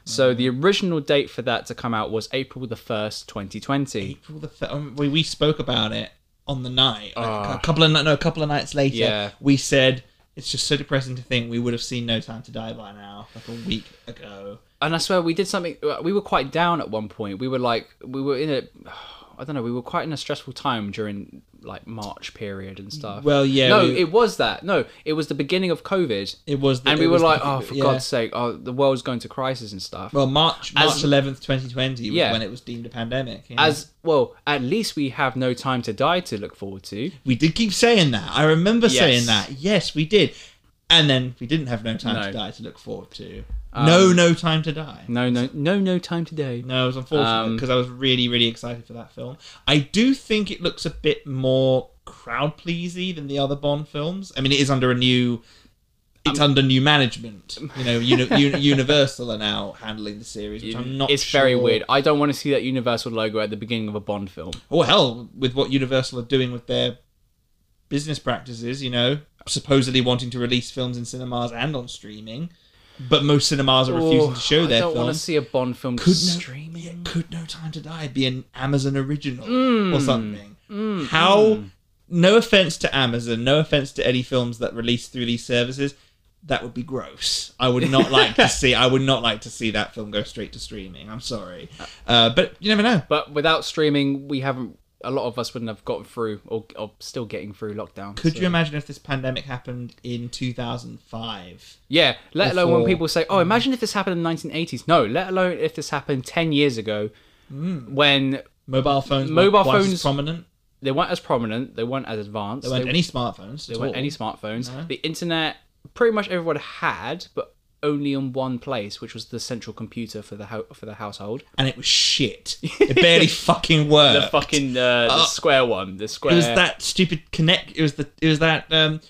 Speaker 1: So
Speaker 2: Mm-hmm.
Speaker 1: the original date for that to come out was April the first, 2020.
Speaker 2: April the fir- um, we we spoke about it on the night like, a couple of ni- no a couple of nights later.
Speaker 1: Ah. Yeah.
Speaker 2: we said it's just so depressing to think we would have seen No Time to Die by now, like a week ago.
Speaker 1: And I swear we did something. uh, We were quite down at one point. We were like, we were in a, I don't know, we were quite in a stressful time during like March period and stuff.
Speaker 2: Well, yeah,
Speaker 1: No,
Speaker 2: we-
Speaker 1: it was that. No, it was the beginning of COVID.
Speaker 2: It was the,
Speaker 1: and
Speaker 2: it
Speaker 1: we were
Speaker 2: was
Speaker 1: like,
Speaker 2: the-
Speaker 1: oh, for
Speaker 2: yeah.
Speaker 1: God's sake, oh, the world's going to crisis and stuff.
Speaker 2: Well, March
Speaker 1: As-
Speaker 2: March eleventh, twenty twenty, was
Speaker 1: Yeah.
Speaker 2: when it was deemed a pandemic. yeah.
Speaker 1: As well, at least we have no time to die to look forward to.
Speaker 2: we did keep saying that, I remember
Speaker 1: Yes.
Speaker 2: saying that. Yes, we did. And then we didn't have No Time
Speaker 1: No. Um,
Speaker 2: to Die to look forward to. no, No Time to Die.
Speaker 1: No, no, no, no time to die.
Speaker 2: No, it was unfortunate
Speaker 1: Um,
Speaker 2: because I was really, really excited for that film. I do think it looks a bit more crowd pleasy than the other Bond films. I mean, it is under a new, it's
Speaker 1: Um,
Speaker 2: under new management. You know, uni- uni- Universal are now handling the series, which I'm not.
Speaker 1: it's very
Speaker 2: sure-
Speaker 1: weird. I don't want to see that Universal logo at the beginning of a Bond film.
Speaker 2: Or Oh, hell, with what Universal are doing with their business practices, you know, supposedly wanting to release films in cinemas and on streaming, but most cinemas are refusing
Speaker 1: Oh,
Speaker 2: to show
Speaker 1: I
Speaker 2: their
Speaker 1: don't want
Speaker 2: films.
Speaker 1: to see a Bond film
Speaker 2: Could
Speaker 1: just
Speaker 2: no-
Speaker 1: streaming.
Speaker 2: Yeah, could No Time to Die be an Amazon original
Speaker 1: Mm.
Speaker 2: or something? How? No offense to Amazon, no offense to any films that release through these services. That would be gross. I would not like to see. I would not like to see that film go straight to streaming. I'm sorry, uh, but you never know.
Speaker 1: But without streaming, we haven't. A lot of us wouldn't have gotten through, or, or still getting through lockdown.
Speaker 2: Could
Speaker 1: so-
Speaker 2: you imagine if this pandemic happened in 2005?
Speaker 1: Yeah. Let alone when
Speaker 2: Before-
Speaker 1: people say, "Oh, imagine if this happened in the 1980s." No. Let alone if this happened 10 years ago,
Speaker 2: Hmm.
Speaker 1: when
Speaker 2: Mobile phones,
Speaker 1: Mobile
Speaker 2: mobile weren't phones
Speaker 1: phones-
Speaker 2: prominent.
Speaker 1: they weren't as prominent, they weren't as advanced.
Speaker 2: There weren't any smartphones.
Speaker 1: There
Speaker 2: at
Speaker 1: weren't
Speaker 2: all.
Speaker 1: any smartphones. The internet, pretty much everyone had, but only in one place, which was the central computer for the ho- for the household.
Speaker 2: and it was shit. It barely fucking worked.
Speaker 1: The fucking uh, the square one, the square.
Speaker 2: It was that stupid connect. It was the. It was that. Um,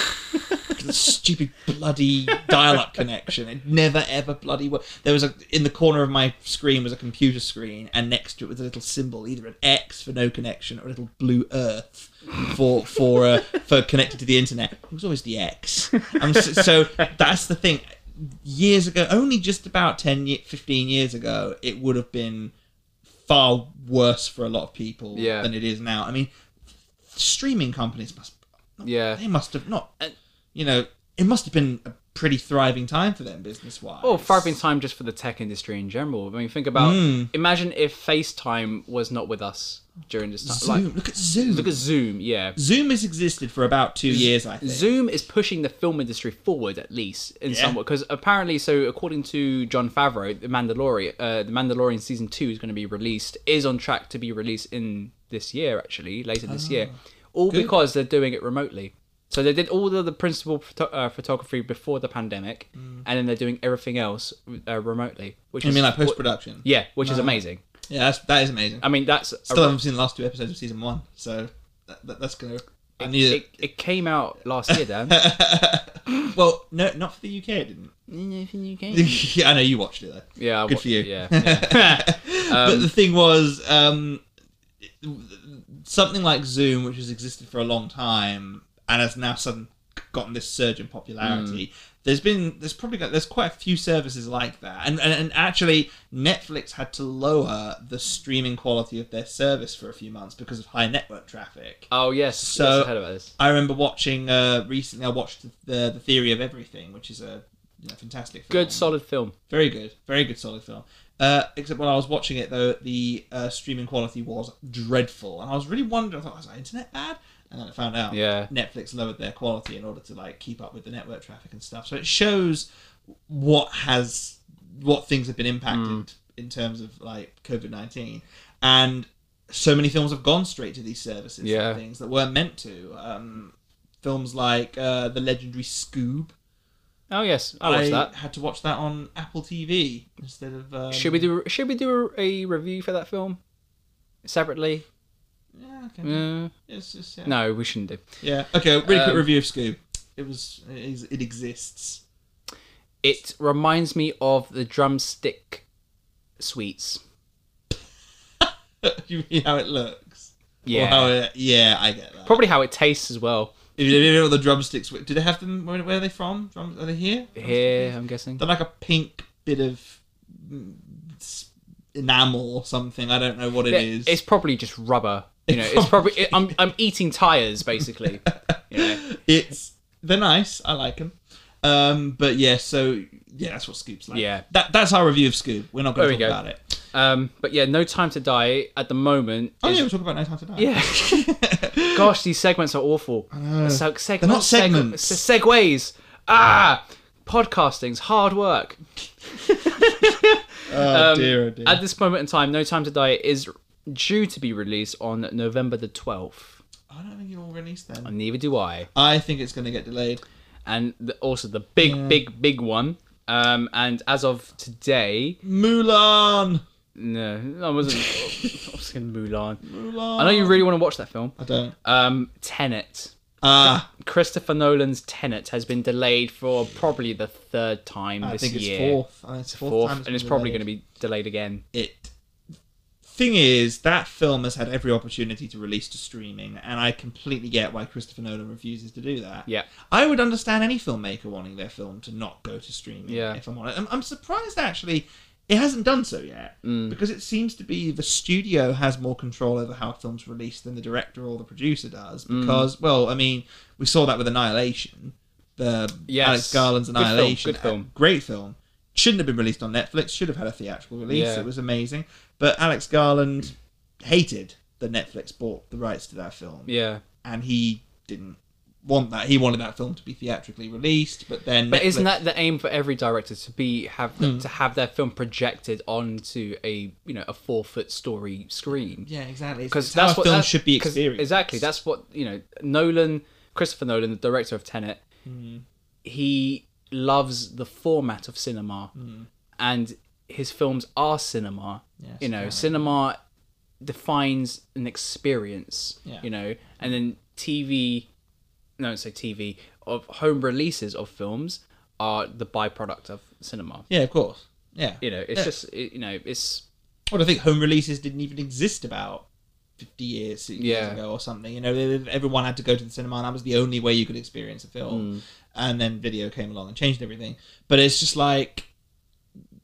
Speaker 2: stupid bloody dial-up connection. It never ever bloody worked. There was a in the corner of my screen was a computer screen, and next to it was a little symbol, either an X for no connection or a little blue Earth for for uh, for connected to the internet. It was always the X. Um, so, so that's the thing. Years ago, only just about 10, ye- 15 years ago, it would have been far worse for a lot of people
Speaker 1: Yeah.
Speaker 2: than it is now. I mean, streaming companies must
Speaker 1: Yeah.
Speaker 2: they must have not you know it must have been a pretty thriving time for them business wise.
Speaker 1: Or thriving time just for the tech industry in general. I mean, think about. Imagine if FaceTime was not with us during this time.
Speaker 2: Zoom.
Speaker 1: Like,
Speaker 2: look at Zoom.
Speaker 1: look at Zoom. Yeah.
Speaker 2: Zoom has existed for about two years, I think.
Speaker 1: Zoom is pushing the film industry forward, at least in
Speaker 2: Yeah.
Speaker 1: some way, because apparently, so according to John Favreau, the Mandalorian, uh, the Mandalorian season two is going to be released, is on track to be released in this year, actually later this year,
Speaker 2: Ah.
Speaker 1: all because they're doing it remotely. So they did all of the principal photo- uh, photography before the pandemic, and then they're doing everything else uh, remotely, which
Speaker 2: I
Speaker 1: is
Speaker 2: Mm. mean, like post production.
Speaker 1: yeah, which is amazing.
Speaker 2: yeah, that's, that is amazing.
Speaker 1: I mean, that's a-
Speaker 2: Still haven't seen the last two episodes of season one, so that, that, that's gonna. I need
Speaker 1: it, it came out last year, Dan.
Speaker 2: it. Well, no, not for the UK. It didn't. yeah, I know you watched it though.
Speaker 1: yeah, I
Speaker 2: Good
Speaker 1: wa-
Speaker 2: for you.
Speaker 1: Yeah, yeah.
Speaker 2: but the thing was, um, something like Zoom, which has existed for a long time and has now sudden gotten this surge in popularity.
Speaker 1: Hmm.
Speaker 2: There's been there's probably got, there's quite a few services like that, and, and and actually Netflix had to lower the streaming quality of their service for a few months because of high network traffic.
Speaker 1: Oh yes,
Speaker 2: So-
Speaker 1: yes, I heard about this.
Speaker 2: I remember watching uh, recently. I watched the the Theory of Everything, which is a you know, fantastic film.
Speaker 1: Good solid film.
Speaker 2: Very good. Very good, solid film. Uh, except when I was watching it, though, the uh, streaming quality was dreadful, and I was really wondering. I thought, was that internet bad? And then I found out.
Speaker 1: Yeah.
Speaker 2: Netflix lowered their quality in order to like keep up with the network traffic and stuff. So it shows what has what things have been impacted
Speaker 1: Mm.
Speaker 2: in terms of like COVID nineteen, and so many films have gone straight to these services. and
Speaker 1: Yeah.
Speaker 2: Things that weren't meant to. Um, films like uh, the legendary Scoob.
Speaker 1: Oh yes, I watched that.
Speaker 2: had to watch that on Apple TV instead of. Um,
Speaker 1: Should we do Should we do a review for that film separately?
Speaker 2: Yeah, okay.
Speaker 1: Uh,
Speaker 2: It's just, yeah.
Speaker 1: no, we shouldn't do.
Speaker 2: Yeah. Okay. Really quick
Speaker 1: Um,
Speaker 2: review of Scoob. It was. It, is, it exists.
Speaker 1: It reminds me of the drumstick sweets.
Speaker 2: you mean how it looks? Or
Speaker 1: Yeah,
Speaker 2: how it, yeah, I get that.
Speaker 1: probably how it tastes as well.
Speaker 2: If you didn't know the drumsticks. were- Do they have them? Where, where are they from? Drum, are they here?
Speaker 1: Here, I'm guessing.
Speaker 2: They're like a pink bit of mm, s- enamel or something. I don't know what it
Speaker 1: Yeah,
Speaker 2: is.
Speaker 1: It's probably just rubber. You know, it's probably it, I'm I'm eating tires basically. you know.
Speaker 2: it's they're nice. I like them. Um, but yeah, so yeah, that's what Scoob's like.
Speaker 1: Yeah.
Speaker 2: that that's our review of Scoob. We're not going to
Speaker 1: There
Speaker 2: talk
Speaker 1: we go.
Speaker 2: about it.
Speaker 1: Um, but yeah, no time to die at the moment.
Speaker 2: Oh
Speaker 1: is-
Speaker 2: yeah, we'll talk about No Time to Die.
Speaker 1: Yeah. Gosh, these segments are awful.
Speaker 2: Oh,
Speaker 1: It's like seg-
Speaker 2: They're not
Speaker 1: seg-
Speaker 2: segments.
Speaker 1: it's segues. Ah, podcasting's hard work. um,
Speaker 2: oh dear, oh dear.
Speaker 1: At this moment in time, No Time to Die is due to be released on November the 12th.
Speaker 2: I don't think it will release then.
Speaker 1: Neither do I.
Speaker 2: I think it's going to get delayed.
Speaker 1: And the, also the big, big, big one. Um, and as of today,
Speaker 2: Mulan.
Speaker 1: no, I wasn't. I was in Mulan.
Speaker 2: Mulan.
Speaker 1: I know you really want to watch that film.
Speaker 2: I don't.
Speaker 1: Um, Tenet.
Speaker 2: Ah,
Speaker 1: Christopher Nolan's Tenet has been delayed for probably the third time
Speaker 2: I
Speaker 1: this
Speaker 2: think it's
Speaker 1: year.
Speaker 2: fourth. I think it's fourth,
Speaker 1: Fourth,
Speaker 2: time
Speaker 1: and it's probably going to be delayed again.
Speaker 2: it. Thing is, that film has had every opportunity to release to streaming, and I completely get why Christopher Nolan refuses to do that.
Speaker 1: Yeah.
Speaker 2: I would understand any filmmaker wanting their film to not go to streaming.
Speaker 1: Yeah.
Speaker 2: If I'm honest, I'm, I'm surprised actually it hasn't done so yet
Speaker 1: Mm.
Speaker 2: because it seems to be the studio has more control over how a film's released than the director or the producer does.
Speaker 1: Mm.
Speaker 2: Because, well, I mean, we saw that with Annihilation, the
Speaker 1: Yes.
Speaker 2: Alex Garland's
Speaker 1: Good film,
Speaker 2: Annihilation,
Speaker 1: good film.
Speaker 2: great film. Shouldn't have been released on Netflix. Should have had a theatrical release.
Speaker 1: Yeah.
Speaker 2: It was amazing, but Alex Garland hated that Netflix bought the rights to that film
Speaker 1: Yeah.
Speaker 2: and he didn't want that. He wanted that film to be theatrically released, but then
Speaker 1: But
Speaker 2: Netflix-
Speaker 1: isn't that the aim for every director to be have to have their film projected onto a you know a four foot story screen?
Speaker 2: yeah exactly
Speaker 1: because
Speaker 2: because
Speaker 1: that's
Speaker 2: how a
Speaker 1: what
Speaker 2: film
Speaker 1: that-
Speaker 2: should be
Speaker 1: 'cause
Speaker 2: experienced
Speaker 1: Exactly, that's what you know. Nolan, Christopher Nolan, the director of Tenet,
Speaker 2: Mm.
Speaker 1: he loves the format of cinema, and his films are cinema.
Speaker 2: Mm. Yes,
Speaker 1: you know,
Speaker 2: apparently.
Speaker 1: cinema defines an experience.
Speaker 2: Yeah.
Speaker 1: You know, and then TV, no, say TV of home releases of films are the byproduct of cinema.
Speaker 2: yeah of course yeah
Speaker 1: You know, it's
Speaker 2: Yeah.
Speaker 1: just it, you know it's
Speaker 2: Well, I think home releases didn't even exist about 50 years, 60 years
Speaker 1: Yeah.
Speaker 2: ago or something. You know, they- they- everyone had to go to the cinema, and that was the only way you could experience a film. And then video came along and changed everything. But it's just like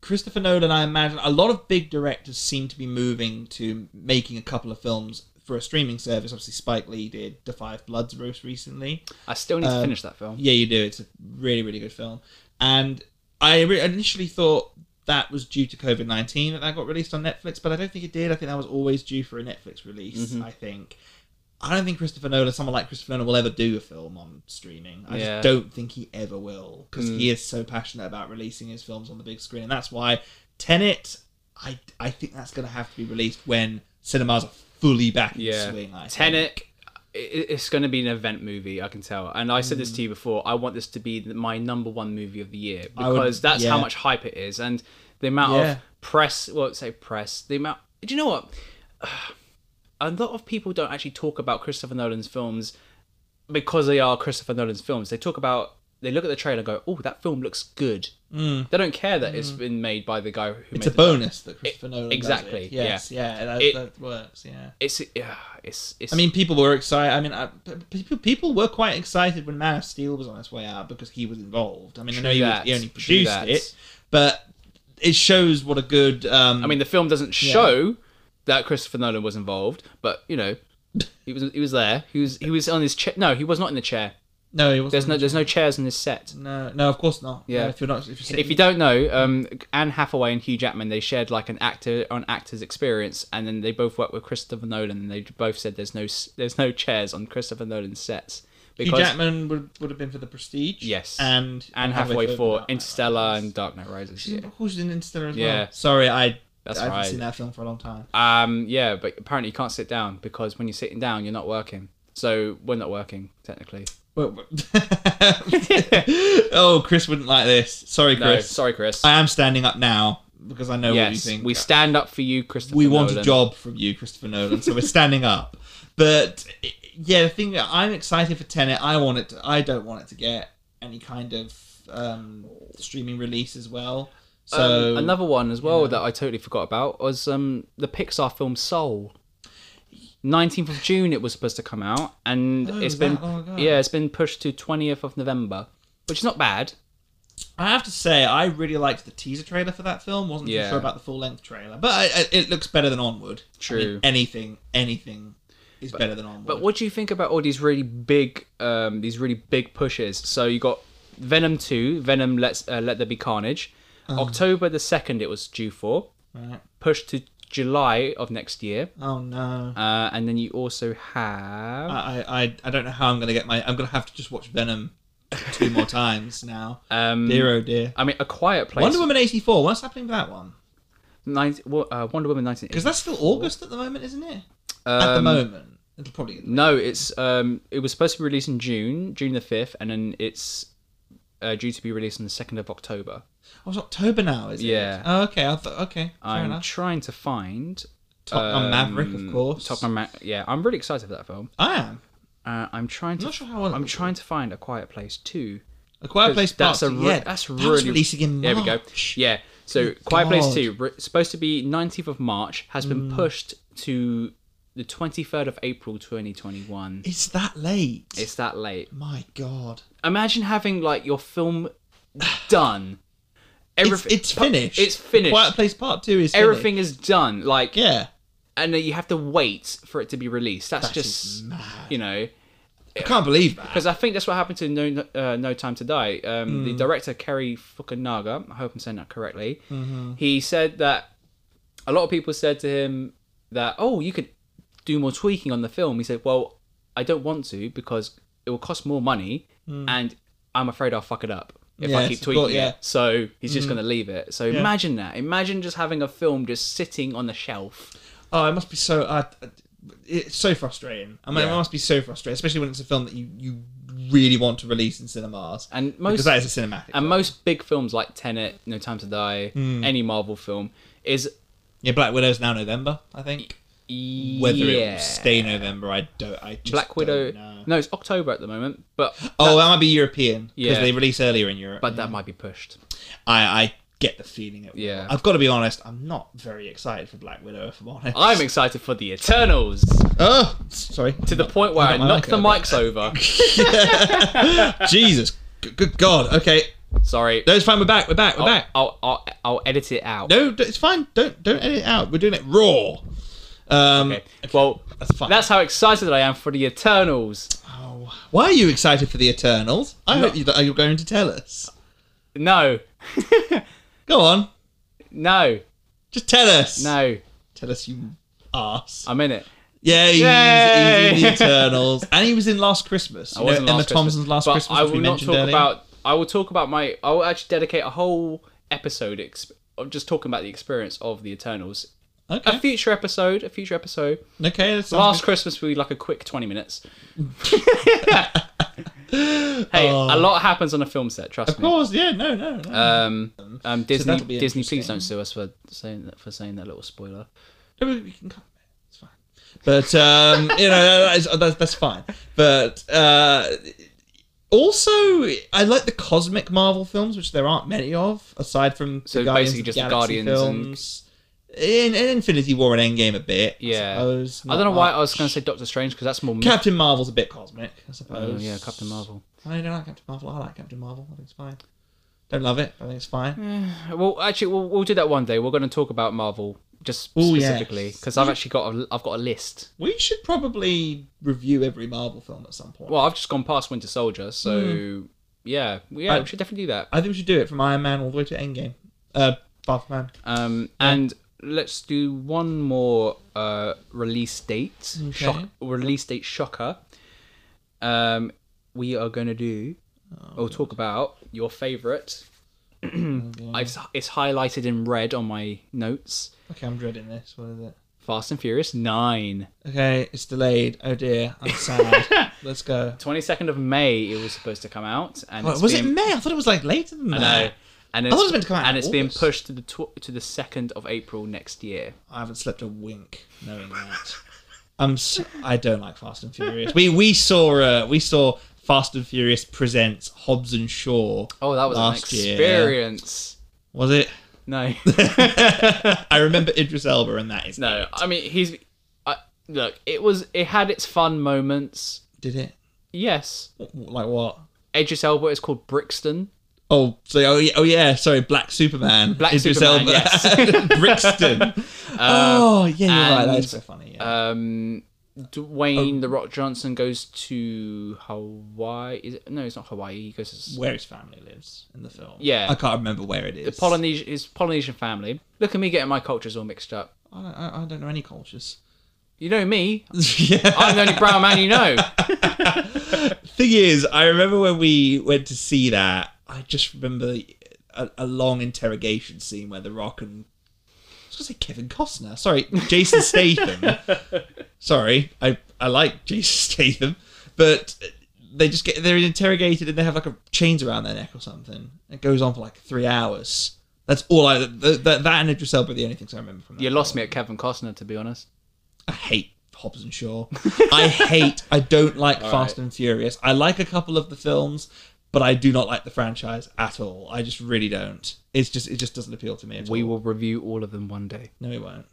Speaker 2: Christopher Nolan, I imagine a lot of big directors seem to be moving to making a couple of films for a streaming service. Obviously, Spike Lee did The Five Bloods most recently.
Speaker 1: I still need to
Speaker 2: Um,
Speaker 1: finish that film.
Speaker 2: Yeah, you do. It's a really, really good film. And I re- initially thought that was due to COVID 19 that that got released on Netflix, but I don't think it did. I think that was always due for a Netflix release,
Speaker 1: Mm-hmm.
Speaker 2: I think. I don't think Christopher Nolan, someone like Christopher Nolan, will ever do a film on streaming. I
Speaker 1: Yeah. Mm.
Speaker 2: just don't think he ever will because he is so passionate about releasing his films on the big screen. And that's why Tenet, I, I think that's going to have to be released when cinemas are fully back in
Speaker 1: Yeah.
Speaker 2: swing. I think.
Speaker 1: Tenet. i- It's going to be an event movie, I can tell. And I said this to you before. I want this to be th- my number one movie of the year
Speaker 2: Mm. I would-
Speaker 1: because that's how
Speaker 2: yeah.
Speaker 1: much hype it is, and the amount
Speaker 2: Yeah.
Speaker 1: of press. Well, say press. The amount. Do you know what? A lot of people don't actually talk about Christopher Nolan's films because they are Christopher Nolan's films. They talk about they look at the trailer, and go, "Oh, that film looks good." They don't care that it's been made by the guy who made
Speaker 2: Mm. It's a
Speaker 1: the film.
Speaker 2: bonus that Christopher Nolan does
Speaker 1: exactly,
Speaker 2: it. Yes, yeah, that,
Speaker 1: It-
Speaker 2: that works. Yeah.
Speaker 1: It's yeah, it's it's.
Speaker 2: I mean, people were excited. I mean, I, people people were quite excited when Man of Steel was on its way out because he was involved. I mean, I
Speaker 1: True
Speaker 2: know he, was,
Speaker 1: that,
Speaker 2: he only
Speaker 1: true
Speaker 2: produced
Speaker 1: that.
Speaker 2: it, but it shows what a good. Um,
Speaker 1: I mean, the film doesn't show that Christopher Nolan was involved, but you know, he was he was there. He was he was on his chair. No, he was not in the chair.
Speaker 2: no, it wasn't.
Speaker 1: There's no there's no chairs in this set.
Speaker 2: no, no, of course not.
Speaker 1: Yeah.
Speaker 2: No, if you're not, if you're
Speaker 1: If you don't know, um, Anne Hathaway and Hugh Jackman they shared like an actor on actors experience, and then they both worked with Christopher Nolan, and they both said there's no s- there's no chairs on Christopher Nolan's sets
Speaker 2: Hugh Jackman would, would have been for the Prestige.
Speaker 1: Yes.
Speaker 2: and
Speaker 1: Anne Hathaway
Speaker 2: The Dark
Speaker 1: for
Speaker 2: Knight
Speaker 1: Interstellar
Speaker 2: Rises.
Speaker 1: and Dark Knight Rises.
Speaker 2: She's
Speaker 1: Yeah.
Speaker 2: of course she's in Interstellar as well.
Speaker 1: Yeah.
Speaker 2: Sorry, I
Speaker 1: That's
Speaker 2: I haven't
Speaker 1: right.
Speaker 2: seen that film for a long time.
Speaker 1: Um, yeah, but apparently you can't sit down because when you're sitting down, you're not working. So we're not working technically.
Speaker 2: Well, well- oh, Chris wouldn't like this. Sorry,
Speaker 1: No,
Speaker 2: Chris.
Speaker 1: sorry, Chris.
Speaker 2: I am standing up now because I know what you
Speaker 1: yes,
Speaker 2: think.
Speaker 1: we stand up for you, Christopher.
Speaker 2: we want a
Speaker 1: Nolan.
Speaker 2: job from you, Christopher Nolan. So we're standing up. But yeah, the thing that I'm excited for Tenet, I want it. To, I don't want it to get any kind of um, streaming release as well. So
Speaker 1: Um, another one as well that I totally forgot about was um the Pixar film Soul. 19th of June it was supposed to come out, and
Speaker 2: Oh,
Speaker 1: it's
Speaker 2: that
Speaker 1: been
Speaker 2: long ago.
Speaker 1: yeah it's been pushed to 20th of November, which is not bad.
Speaker 2: I have to say, I really liked the teaser trailer for that film. wasn't too
Speaker 1: Yeah.
Speaker 2: sure about the full length trailer, but I, I, it looks better than Onward. I
Speaker 1: True.
Speaker 2: mean, anything, anything is better than Onward.
Speaker 1: But what do you think about all these really big, um, these really big pushes? So you got Venom two, Venom Let's uh, Let There Be Carnage, October the second it was due for,
Speaker 2: Uh-huh. Right.
Speaker 1: pushed to July of next year,
Speaker 2: Oh no.
Speaker 1: uh, and then you also have
Speaker 2: I, I- I I don't know how I'm gonna get my. I'm gonna have to just watch Venom two more times now.
Speaker 1: um,
Speaker 2: dear oh dear.
Speaker 1: I mean, A Quiet Place,
Speaker 2: Wonder Woman eighty four. What's happening with that one?
Speaker 1: 19 well, uh, Wonder Woman nineteen.
Speaker 2: Because that's still August at the moment, isn't it?
Speaker 1: Um,
Speaker 2: at the moment, it'll probably. oh,
Speaker 1: No, it's um, it was supposed to be released in June, June the fifth, and then it's uh, due to be released on the second of October.
Speaker 2: Oh, it's October now, is it?
Speaker 1: Yeah.
Speaker 2: Oh, okay. I thought, okay. Fair
Speaker 1: I'm
Speaker 2: enough.
Speaker 1: trying to find
Speaker 2: Top Gun
Speaker 1: um,
Speaker 2: Maverick, of course.
Speaker 1: Top Gun Ma- yeah, I'm really excited for that film.
Speaker 2: I am.
Speaker 1: Uh, I'm trying to.
Speaker 2: not sure how well it
Speaker 1: I'm
Speaker 2: will
Speaker 1: trying to find a Quiet Place two.
Speaker 2: A Quiet
Speaker 1: 'cause
Speaker 2: Place
Speaker 1: that's
Speaker 2: Part
Speaker 1: a
Speaker 2: Two,
Speaker 1: re-
Speaker 2: yeah,
Speaker 1: that's
Speaker 2: that was
Speaker 1: really
Speaker 2: releasing in
Speaker 1: There we go.
Speaker 2: March.
Speaker 1: Yeah. So
Speaker 2: Good
Speaker 1: Quiet Place
Speaker 2: God. Mm.
Speaker 1: two re- supposed to be 19th of March has been pushed to the 23rd of April 2021.
Speaker 2: It's that late.
Speaker 1: It's that late.
Speaker 2: My God.
Speaker 1: Imagine having like your film done.
Speaker 2: It's,
Speaker 1: Everything
Speaker 2: it's finished.
Speaker 1: It's finished.
Speaker 2: Quiet Place Part Two is finished.
Speaker 1: Everything is done. Like
Speaker 2: Yeah.
Speaker 1: and then you have to wait for it to be released. That's
Speaker 2: is
Speaker 1: just
Speaker 2: mad.
Speaker 1: you know
Speaker 2: I can't believe that.
Speaker 1: because I think that's what happened to No uh, No Time to Die. Um,
Speaker 2: Hmm.
Speaker 1: The director Kerry Fukunaga, I hope I'm saying that correctly.
Speaker 2: Mm-hmm.
Speaker 1: He said that a lot of people said to him that oh you could do more tweaking on the film. He said, well I don't want to because it will cost more money and I'm afraid I'll fuck it up. If I
Speaker 2: Hmm. Yes,
Speaker 1: keep
Speaker 2: of
Speaker 1: tweaking
Speaker 2: course, yeah. Hmm.
Speaker 1: it, so he's just going to leave it. So imagine that. Imagine just having a film just sitting on the shelf.
Speaker 2: Oh, it must be so. Uh, it's so frustrating. I mean, it
Speaker 1: Yeah.
Speaker 2: must be so frustrating, especially when it's a film that you, you really want to release in cinemas.
Speaker 1: And
Speaker 2: because
Speaker 1: most um,
Speaker 2: that is a cinematic.
Speaker 1: and
Speaker 2: film.
Speaker 1: most big films like Tenet, No Time to Die,
Speaker 2: Hmm.
Speaker 1: any Marvel film is
Speaker 2: yeah, Black Widow's now November, I think. Whether it
Speaker 1: yeah.
Speaker 2: will stay November, I don't. I just
Speaker 1: Black Widow.
Speaker 2: Don't know.
Speaker 1: No, it's October at the moment, but
Speaker 2: Oh, that might be European because
Speaker 1: Yeah.
Speaker 2: they release earlier in Europe.
Speaker 1: but that might be pushed.
Speaker 2: I, I get the feeling it. will.
Speaker 1: Yeah.
Speaker 2: I've got to be honest. I'm not very excited for Black Widow. If I'm honest.
Speaker 1: I'm excited for the Eternals
Speaker 2: Oh, sorry.
Speaker 1: to the point where I
Speaker 2: got my
Speaker 1: knock
Speaker 2: mic
Speaker 1: the
Speaker 2: over.
Speaker 1: mics over.
Speaker 2: Jesus. G- Good God. Okay.
Speaker 1: Sorry,
Speaker 2: No, it's fine. We're back. We're back. We're
Speaker 1: I'll,
Speaker 2: back.
Speaker 1: I'll, I'll I'll edit it out.
Speaker 2: No, d- it's fine. Don't don't edit it out. We're doing it raw. Um,
Speaker 1: Okay. Well,
Speaker 2: that's fine.
Speaker 1: that's how excited I am for the Eternals.
Speaker 2: Oh, why are you excited for the Eternals? I hope you, that you're going to tell us.
Speaker 1: No,
Speaker 2: Go on,
Speaker 1: no,
Speaker 2: just tell us.
Speaker 1: no,
Speaker 2: tell us you ass.
Speaker 1: I'm in it.
Speaker 2: Yeah, he's,
Speaker 1: Yay!
Speaker 2: he's in the Eternals, and he was in Last Christmas. You
Speaker 1: I
Speaker 2: know,
Speaker 1: was in
Speaker 2: Emma
Speaker 1: Last
Speaker 2: Thompson's
Speaker 1: Christmas,
Speaker 2: Last
Speaker 1: but
Speaker 2: Christmas.
Speaker 1: I
Speaker 2: which
Speaker 1: will
Speaker 2: we
Speaker 1: not
Speaker 2: mentioned
Speaker 1: talk
Speaker 2: earlier.
Speaker 1: about. I will talk about my. I will actually dedicate a whole episode exp- of just talking about the experience of the Eternals.
Speaker 2: Okay,
Speaker 1: A future episode. A future episode.
Speaker 2: okay. That
Speaker 1: Last
Speaker 2: sounds good.
Speaker 1: Christmas will be like a quick twenty minutes. hey, a lot happens on a film set. Trust
Speaker 2: Oh. Of
Speaker 1: me.
Speaker 2: course, yeah. No, no, no.
Speaker 1: Um, um, Disney,
Speaker 2: that'll be
Speaker 1: Disney, please
Speaker 2: interesting.
Speaker 1: don't sue us for saying that for saying that little spoiler.
Speaker 2: No, we we can cut it. It's fine. But um, you know that is, that's, that's fine. But uh, Also, I like the cosmic Marvel films, which there aren't many of, aside from
Speaker 1: So
Speaker 2: the Guardians
Speaker 1: basically
Speaker 2: of
Speaker 1: just
Speaker 2: the
Speaker 1: the
Speaker 2: Galaxy
Speaker 1: Guardians and-
Speaker 2: films. In, in Infinity War and Endgame a bit. I,
Speaker 1: Yeah.
Speaker 2: suppose,
Speaker 1: I don't know
Speaker 2: Not
Speaker 1: why I
Speaker 2: much.
Speaker 1: was going to say Doctor Strange because that's more. myth-
Speaker 2: oh, Captain Marvel's a bit cosmic, I
Speaker 1: Oh,
Speaker 2: suppose.
Speaker 1: yeah, Captain Marvel.
Speaker 2: I don't like Captain Marvel. I like Captain Marvel. I think it's fine. Don't love it. but I think it's fine.
Speaker 1: Well, actually, we'll, we'll do that one day. We're going to talk about Marvel just
Speaker 2: Oh, yes.
Speaker 1: specifically because I've actually got a, I've got a list.
Speaker 2: We should probably review every Marvel film at some point.
Speaker 1: Well, I've just gone past Winter Soldier, so
Speaker 2: Hmm.
Speaker 1: yeah, yeah,
Speaker 2: I-
Speaker 1: we should definitely do that.
Speaker 2: I think we should do it from Iron Man all the way to Endgame. Uh, Batman.
Speaker 1: Um, and let's do one more uh, release date. Shock, release date shocker. Um, we are going to do
Speaker 2: Oh,
Speaker 1: or talk about your favorite. I've, it's highlighted in red on my notes.
Speaker 2: Okay, I'm dreading this. What is it?
Speaker 1: Fast and Furious Nine.
Speaker 2: Okay, it's delayed. Oh dear, I'm sad. Let's go.
Speaker 1: 22nd of May it was supposed to come out and
Speaker 2: Wait,
Speaker 1: it's
Speaker 2: was
Speaker 1: being,
Speaker 2: it May? I thought it was like later than
Speaker 1: I
Speaker 2: that.
Speaker 1: know. And
Speaker 2: thought
Speaker 1: it's,
Speaker 2: it was meant to come out
Speaker 1: and
Speaker 2: in
Speaker 1: it's being
Speaker 2: August.
Speaker 1: pushed to the tw- to the 2nd of April next year.
Speaker 2: I haven't slept a wink knowing that. I'm. s I don't like Fast and Furious. We we saw uh, we saw Fast and Furious presents Hobbs and Shaw.
Speaker 1: Oh, that was
Speaker 2: last
Speaker 1: an
Speaker 2: year.
Speaker 1: experience.
Speaker 2: Was it?
Speaker 1: No.
Speaker 2: I remember Idris Elba and that is
Speaker 1: No, I mean he's. I, look, it was it had its fun moments.
Speaker 2: Did it?
Speaker 1: Yes,
Speaker 2: Like what?
Speaker 1: Edris Elba is called Brixton.
Speaker 2: Oh, so oh yeah, oh yeah, sorry, Black Superman.
Speaker 1: Black Superman, yes. Uh,
Speaker 2: Brixton. oh yeah, you're right.
Speaker 1: and,
Speaker 2: That's so funny. Yeah.
Speaker 1: Um, Dwayne the Rock Johnson goes to Hawaii. Is it, no, it's not Hawaii. He goes to s-
Speaker 2: where his family lives in the film.
Speaker 1: Yeah.
Speaker 2: I can't remember where it is.
Speaker 1: Polynesian. His Polynesian family. Look at me getting my cultures all mixed up.
Speaker 2: I, I, I don't know any cultures.
Speaker 1: You know me.
Speaker 2: yeah.
Speaker 1: I'm the only brown man you know.
Speaker 2: Thing is, I remember when we went to see that. I just remember a, a long interrogation scene where The Rock and I was gonna say Kevin Costner. Sorry, Jason Statham. Sorry, I I like Jason Statham, but they just get they're interrogated and they have like a chains around their neck or something. It goes on for like three hours. That's all I that that, that and Idris Elba are the only things I remember from that.
Speaker 1: You lost me at Kevin Costner, to be honest.
Speaker 2: I hate Hobbs and Shaw. I hate. I don't like Fast and Furious. I like a couple of the films, but I do not like the franchise at all. I just really don't. It's just it just doesn't appeal to me. At
Speaker 1: We
Speaker 2: all.
Speaker 1: will review all of them one day.
Speaker 2: No, it won't.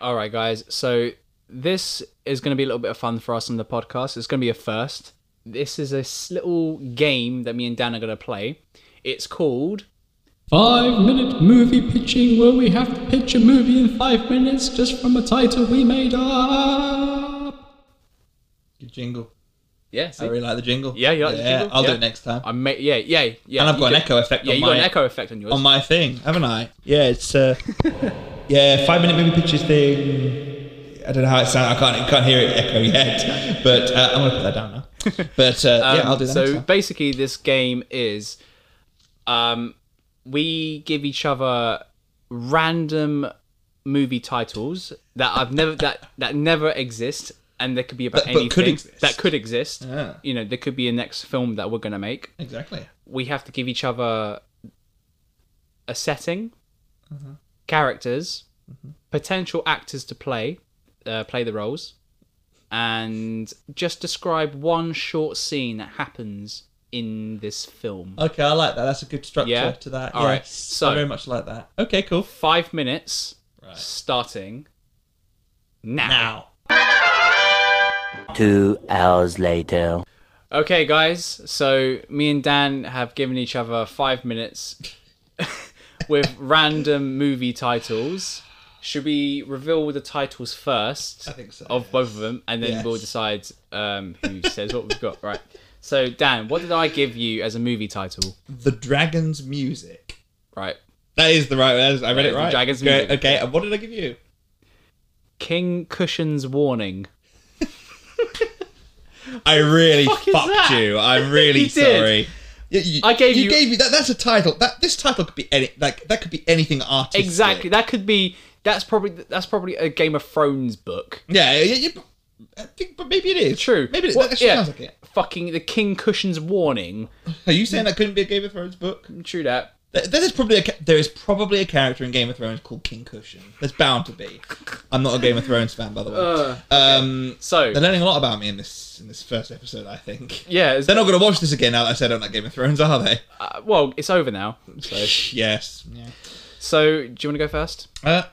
Speaker 1: All right, guys. So this is going to be a little bit of fun for us on the podcast. It's going to be a first. This is this little game that me and Dan are going to play. It's called
Speaker 4: Five minute movie pitching where we have to pitch a movie in five minutes just from a title we made up.
Speaker 2: Good jingle.
Speaker 1: Yes.
Speaker 2: I really like the jingle.
Speaker 1: Yeah, you like the jingle?
Speaker 2: I'll do
Speaker 1: Yeah.
Speaker 2: it next time
Speaker 1: I ma- yeah, yeah, yeah.
Speaker 2: And I've
Speaker 1: you
Speaker 2: got an
Speaker 1: did-
Speaker 2: echo effect
Speaker 1: Yeah,
Speaker 2: on
Speaker 1: you got
Speaker 2: my-
Speaker 1: an echo effect on yours.
Speaker 2: on my thing, haven't I? Yeah, it's uh, yeah, five minute movie pitches thing. I don't know how it sounds. I can't can't hear it echo yet, but uh, I'm gonna put that down now. But uh,
Speaker 1: Um,
Speaker 2: yeah, I'll do that.
Speaker 1: So
Speaker 2: next time.
Speaker 1: basically, this game is, um, we give each other random movie titles that I've never that that never exist, and they could be about
Speaker 2: That-
Speaker 1: anything
Speaker 2: but could exist.
Speaker 1: that could exist.
Speaker 2: Yeah.
Speaker 1: You know, there could be a next film that we're gonna make.
Speaker 2: Exactly.
Speaker 1: We have to give each other a setting, characters, potential actors to play, uh, play the roles, and just describe one short scene that happens in this film.
Speaker 2: Okay, I like that. That's a good structure
Speaker 1: Yeah?
Speaker 2: to that.
Speaker 1: All right,
Speaker 2: yes.
Speaker 1: so-
Speaker 2: I very much like that. Okay, cool.
Speaker 1: Five minutes,
Speaker 2: Right.
Speaker 1: starting now.
Speaker 2: Now.
Speaker 3: Two hours later.
Speaker 1: Okay, guys. So me and Dan have given each other five minutes with random movie titles. Should we reveal the titles first? I
Speaker 2: think so,
Speaker 1: Of both of them, and then
Speaker 2: Yes.
Speaker 1: we'll decide um, who says what we've got. Right. So Dan, what did I give you as a movie title?
Speaker 2: The Dragon's Music.
Speaker 1: Right.
Speaker 2: That is the right that is- I read
Speaker 1: Yeah,
Speaker 2: it
Speaker 1: The
Speaker 2: right.
Speaker 1: Dragon's
Speaker 2: Great,
Speaker 1: Music.
Speaker 2: Okay, and what did I give you?
Speaker 1: King Cushion's Warning.
Speaker 2: I really
Speaker 1: is
Speaker 2: fucked
Speaker 1: that?
Speaker 2: you. I'm really
Speaker 1: You did.
Speaker 2: sorry. You, you-
Speaker 1: I gave you-
Speaker 2: gave me that. That's a title. That this title could be any like that could be anything artistic.
Speaker 1: Exactly. That could be. That's probably. That's probably a Game of Thrones book.
Speaker 2: Yeah. yeah, yeah, I think, but maybe it is
Speaker 1: True.
Speaker 2: Maybe it is.
Speaker 1: What-
Speaker 2: that actually
Speaker 1: yeah.
Speaker 2: sounds like it.
Speaker 1: Fucking the King Cushion's Warning.
Speaker 2: Are you saying that couldn't be a Game of Thrones book?
Speaker 1: True that.
Speaker 2: Th- There is probably a ca- there is probably a character in Game of Thrones called King Cushion. There's bound to be. I'm not a Game of Thrones fan, by the
Speaker 1: Uh,
Speaker 2: way. um,
Speaker 1: So
Speaker 2: they're learning a lot about me in this in this first episode. I think.
Speaker 1: yeah, is
Speaker 2: They're
Speaker 1: that,
Speaker 2: not going to watch this again now that I said I don't like Game of Thrones, are they?
Speaker 1: uh, well, it's over now. So,
Speaker 2: yes. Yeah.
Speaker 1: so do you want to go first?
Speaker 2: Uh,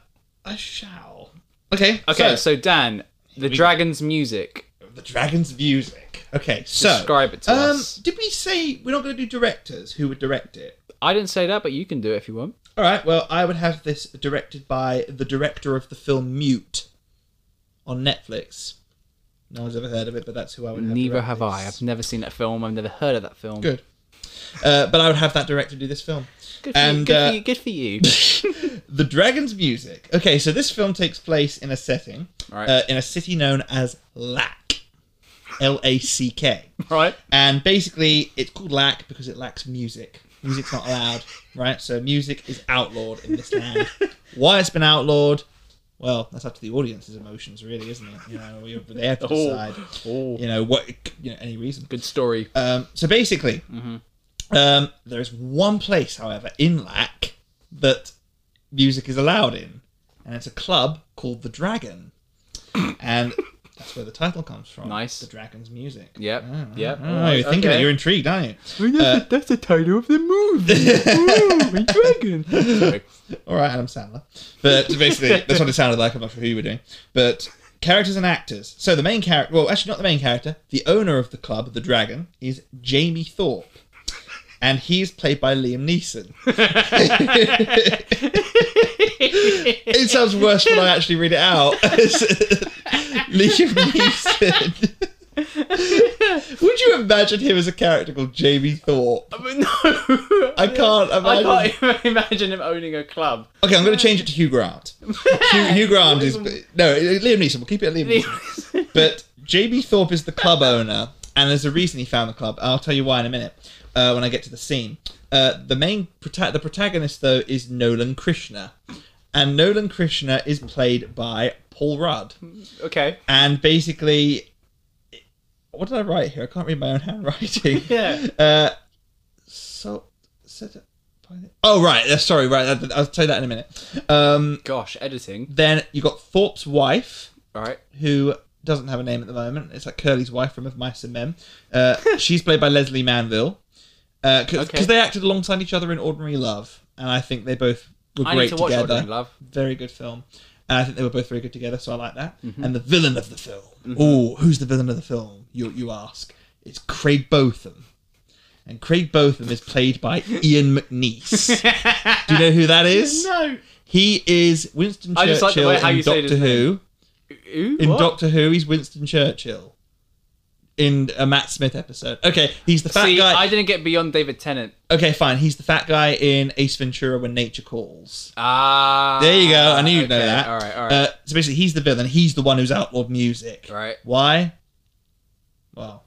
Speaker 2: I shall. Okay.
Speaker 1: Okay,
Speaker 2: So,
Speaker 1: so, Dan, the dragon's music.
Speaker 2: the dragon's music. Okay. So
Speaker 1: Describe it to
Speaker 2: um,
Speaker 1: us.
Speaker 2: Did we say we're not going to do directors who would direct it?
Speaker 1: I didn't say that, but you can do it if you want.
Speaker 2: All right. Well, I would have this directed by the director of the film Mute on Netflix. No one's ever heard of it, but that's who I would. Have
Speaker 1: Neither
Speaker 2: direct
Speaker 1: have
Speaker 2: this.
Speaker 1: I. I've never seen that film. I've never heard of that film.
Speaker 2: Good. Uh, but I would have that director do this film.
Speaker 1: Good for, you,
Speaker 2: And,
Speaker 1: good,
Speaker 2: uh,
Speaker 1: for you, good for you.
Speaker 2: The Dragon's Music. Okay, so this film takes place in a setting,
Speaker 1: Right.
Speaker 2: uh, in a city known as Lack. L A C K.
Speaker 1: right?
Speaker 2: And basically, it's called Lack because it lacks music. Music's not allowed, right? So music is outlawed in this land. Why it's been outlawed? Well, that's up to the audience's emotions, really, isn't it? You know, we- they have to
Speaker 1: Oh.
Speaker 2: decide.
Speaker 1: Oh.
Speaker 2: You know what? You know, any reason.
Speaker 1: Good story.
Speaker 2: Um, so basically,
Speaker 1: Mm-hmm.
Speaker 2: um, there is one place, however, in Lack that music is allowed in, and it's a club called the Dragon, and that's where the title comes from.
Speaker 1: Nice.
Speaker 2: the Dragon's music.
Speaker 1: Yep.
Speaker 2: Oh,
Speaker 1: Yep.
Speaker 2: oh, you're thinking
Speaker 1: Okay.
Speaker 2: it. You're uh, intrigued, aren't
Speaker 1: that's, the title of the movie. dragon. Sorry.
Speaker 2: you? All right, Adam Sandler. But basically, that's what it sounded like. I'm not sure who you were doing, but. Characters and actors. So the main character, well, actually not the main character. The owner of the club, the Dragon, is Jamie Thorpe, and he's played by Liam Neeson. it sounds worse when I actually read it out. Liam Neeson. Would you imagine him as a character called Jamie Thorpe?
Speaker 1: But no.
Speaker 2: I can't
Speaker 1: I
Speaker 2: imagine.
Speaker 1: can't even imagine him owning a club.
Speaker 2: Okay, I'm going to change it to Hugh Grant. Hugh, Hugh Grant is no Liam Neeson. We'll keep it at Liam Neeson. But JB Thorpe is the club owner, and there's a reason he found the club. I'll tell you why in a minute uh, when I get to the scene. Uh, the main prota- the protagonist though is Nolan Krishna, and Nolan Krishna is played by Paul Rudd.
Speaker 1: okay.
Speaker 2: And basically, what did I write here? I can't read my own handwriting.
Speaker 1: Yeah.
Speaker 2: Uh, so, set up by the- oh right, uh, sorry, right. I- I'll tell you that in a minute. Um,
Speaker 1: Gosh, editing.
Speaker 2: then you got Thorpe's wife
Speaker 1: All right.
Speaker 2: who doesn't have a name at the moment. It's like Curly's wife from Of Mice and Men. Uh, she's played by Leslie Manville. Because
Speaker 1: Okay.
Speaker 2: they acted alongside each other in Ordinary Love. And I think they both were
Speaker 1: I need
Speaker 2: great
Speaker 1: to watch
Speaker 2: together.
Speaker 1: Ordinary Love.
Speaker 2: Very good film. And I think they were both very good together, so I like that.
Speaker 1: Mm-hmm.
Speaker 2: And the villain of the film. Oh, who's the villain of the film? You, you ask. It's Craig Botham. And Craig Botham is played by Ian McNeice. Do you know who that is?
Speaker 1: No.
Speaker 2: He is Winston
Speaker 1: I just like the
Speaker 2: Churchill
Speaker 1: way how
Speaker 2: in
Speaker 1: you say his
Speaker 2: Doctor Who.
Speaker 1: Ooh,
Speaker 2: In
Speaker 1: what?
Speaker 2: Doctor Who, he's Winston Churchill. In a Matt Smith episode. Okay, he's the fat
Speaker 1: See,
Speaker 2: guy.
Speaker 1: I didn't get beyond David Tennant.
Speaker 2: Okay, fine. He's the fat guy in Ace Ventura when nature calls.
Speaker 1: Ah.
Speaker 2: There you go. I knew you'd know
Speaker 1: okay,
Speaker 2: that.
Speaker 1: All right. All right.
Speaker 2: Uh, so basically, he's the villain. He's the one who's outlawed music.
Speaker 1: Right.
Speaker 2: Why? Well,